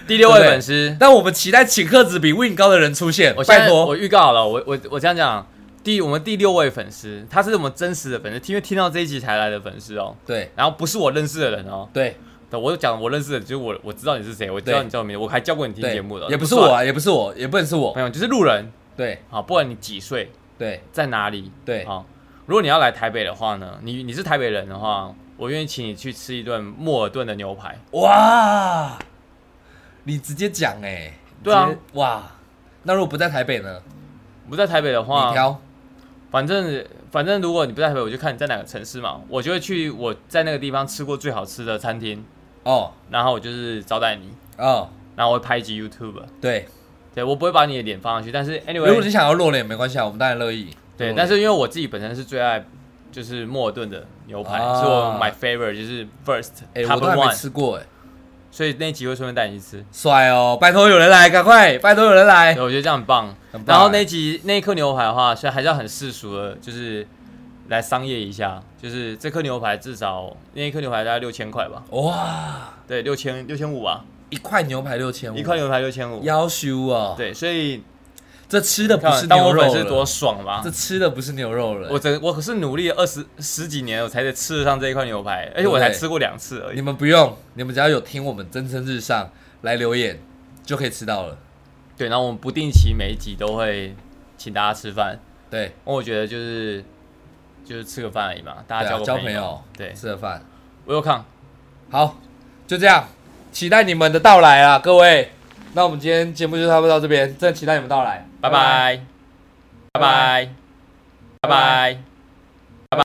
[SPEAKER 1] 第六位
[SPEAKER 2] 对不对
[SPEAKER 1] 粉丝，
[SPEAKER 2] 但我们期待请客子比 Win 高的人出现
[SPEAKER 1] 我，现
[SPEAKER 2] 拜
[SPEAKER 1] 在我
[SPEAKER 2] 托。
[SPEAKER 1] 预告好了，我我我这样讲，第我们第六位粉丝，他是我们真实的粉丝，因为听到这一集才来的粉丝哦。
[SPEAKER 2] 对
[SPEAKER 1] 然后不是我认识的人哦，
[SPEAKER 2] 对
[SPEAKER 1] 对，我就讲我认识的，就是我我知道你是谁，我知道你叫什么名字，我还教过你听
[SPEAKER 2] 对，
[SPEAKER 1] 节目的，
[SPEAKER 2] 也不是
[SPEAKER 1] 算哎
[SPEAKER 2] 我，啊，也不是我，也不能是我
[SPEAKER 1] 朋。友就是路人
[SPEAKER 2] 对
[SPEAKER 1] 啊，不管你几岁，
[SPEAKER 2] 对
[SPEAKER 1] 在哪里，
[SPEAKER 2] 对
[SPEAKER 1] 啊，如果你要来台北的话呢，你你是台北人的话，我愿意请你去吃一顿莫尔顿的牛排，
[SPEAKER 2] 哇，你直接讲哎、欸，
[SPEAKER 1] 对啊
[SPEAKER 2] 直接，哇，那如果不在台北呢？
[SPEAKER 1] 不在台北的
[SPEAKER 2] 你
[SPEAKER 1] 话，
[SPEAKER 2] 挑，
[SPEAKER 1] 反正反正如果你不在台北，我就看你在哪个城市嘛，我就会去我在那个地方吃过最好吃的餐厅，
[SPEAKER 2] 哦
[SPEAKER 1] 然后我就是招待你，
[SPEAKER 2] 哦，
[SPEAKER 1] 然后我会拍一集 YouTube。
[SPEAKER 2] 对，
[SPEAKER 1] 对，我不会把你的脸放上去，但是
[SPEAKER 2] 如果
[SPEAKER 1] anyway，
[SPEAKER 2] 你想要露脸没关系啊，我们当然乐意。
[SPEAKER 1] 对，
[SPEAKER 2] 露脸
[SPEAKER 1] 但是因为我自己本身是最爱就是莫尔顿的牛排，
[SPEAKER 2] 啊
[SPEAKER 1] 是我 my favorite，就是 first
[SPEAKER 2] 哎、
[SPEAKER 1] top
[SPEAKER 2] 我都还没
[SPEAKER 1] one，
[SPEAKER 2] 吃过哎、
[SPEAKER 1] 所以那集会顺便带你去吃，
[SPEAKER 2] 帅哦，拜托有人来，赶快，拜托有人来
[SPEAKER 1] 对，。我觉得这样很棒。
[SPEAKER 2] 哎很棒
[SPEAKER 1] 然后那集那一颗牛排的话，虽然还是要很世俗的，就是来商业一下，就是这颗牛排至少那一颗牛排大概六千块吧，
[SPEAKER 2] 哇，
[SPEAKER 1] 对，六千六千五吧，
[SPEAKER 2] 一块牛排六千五，
[SPEAKER 1] 一块牛排六千五，
[SPEAKER 2] 要修哦。
[SPEAKER 1] 对，所以
[SPEAKER 2] 这吃的不
[SPEAKER 1] 看
[SPEAKER 2] 是
[SPEAKER 1] 当我
[SPEAKER 2] 牛肉
[SPEAKER 1] 粉
[SPEAKER 2] 了，
[SPEAKER 1] 丝多爽吧
[SPEAKER 2] 这。吃的不是牛肉了。
[SPEAKER 1] 我整我可是努力了二十十几年，我才得吃得上这一块牛排，而且我才吃过两次而
[SPEAKER 2] 你
[SPEAKER 1] 已。
[SPEAKER 2] 们不用，你们只要有听我们蒸蒸日上来留言，就可以吃到了。
[SPEAKER 1] 对，然后我们不定期每一集都会请大家吃饭，
[SPEAKER 2] 对，
[SPEAKER 1] 我觉得就是就是吃个饭而已嘛，大
[SPEAKER 2] 对
[SPEAKER 1] 家交
[SPEAKER 2] 啊
[SPEAKER 1] 个
[SPEAKER 2] 交
[SPEAKER 1] 朋
[SPEAKER 2] 朋友，
[SPEAKER 1] 对
[SPEAKER 2] 吃了饭，
[SPEAKER 1] 我有看，
[SPEAKER 2] 好，就这样，期待你们的到来啊，各位。那我们今天节目就差不多到这边，真的期待你们到来，
[SPEAKER 1] 拜拜，拜拜，拜拜。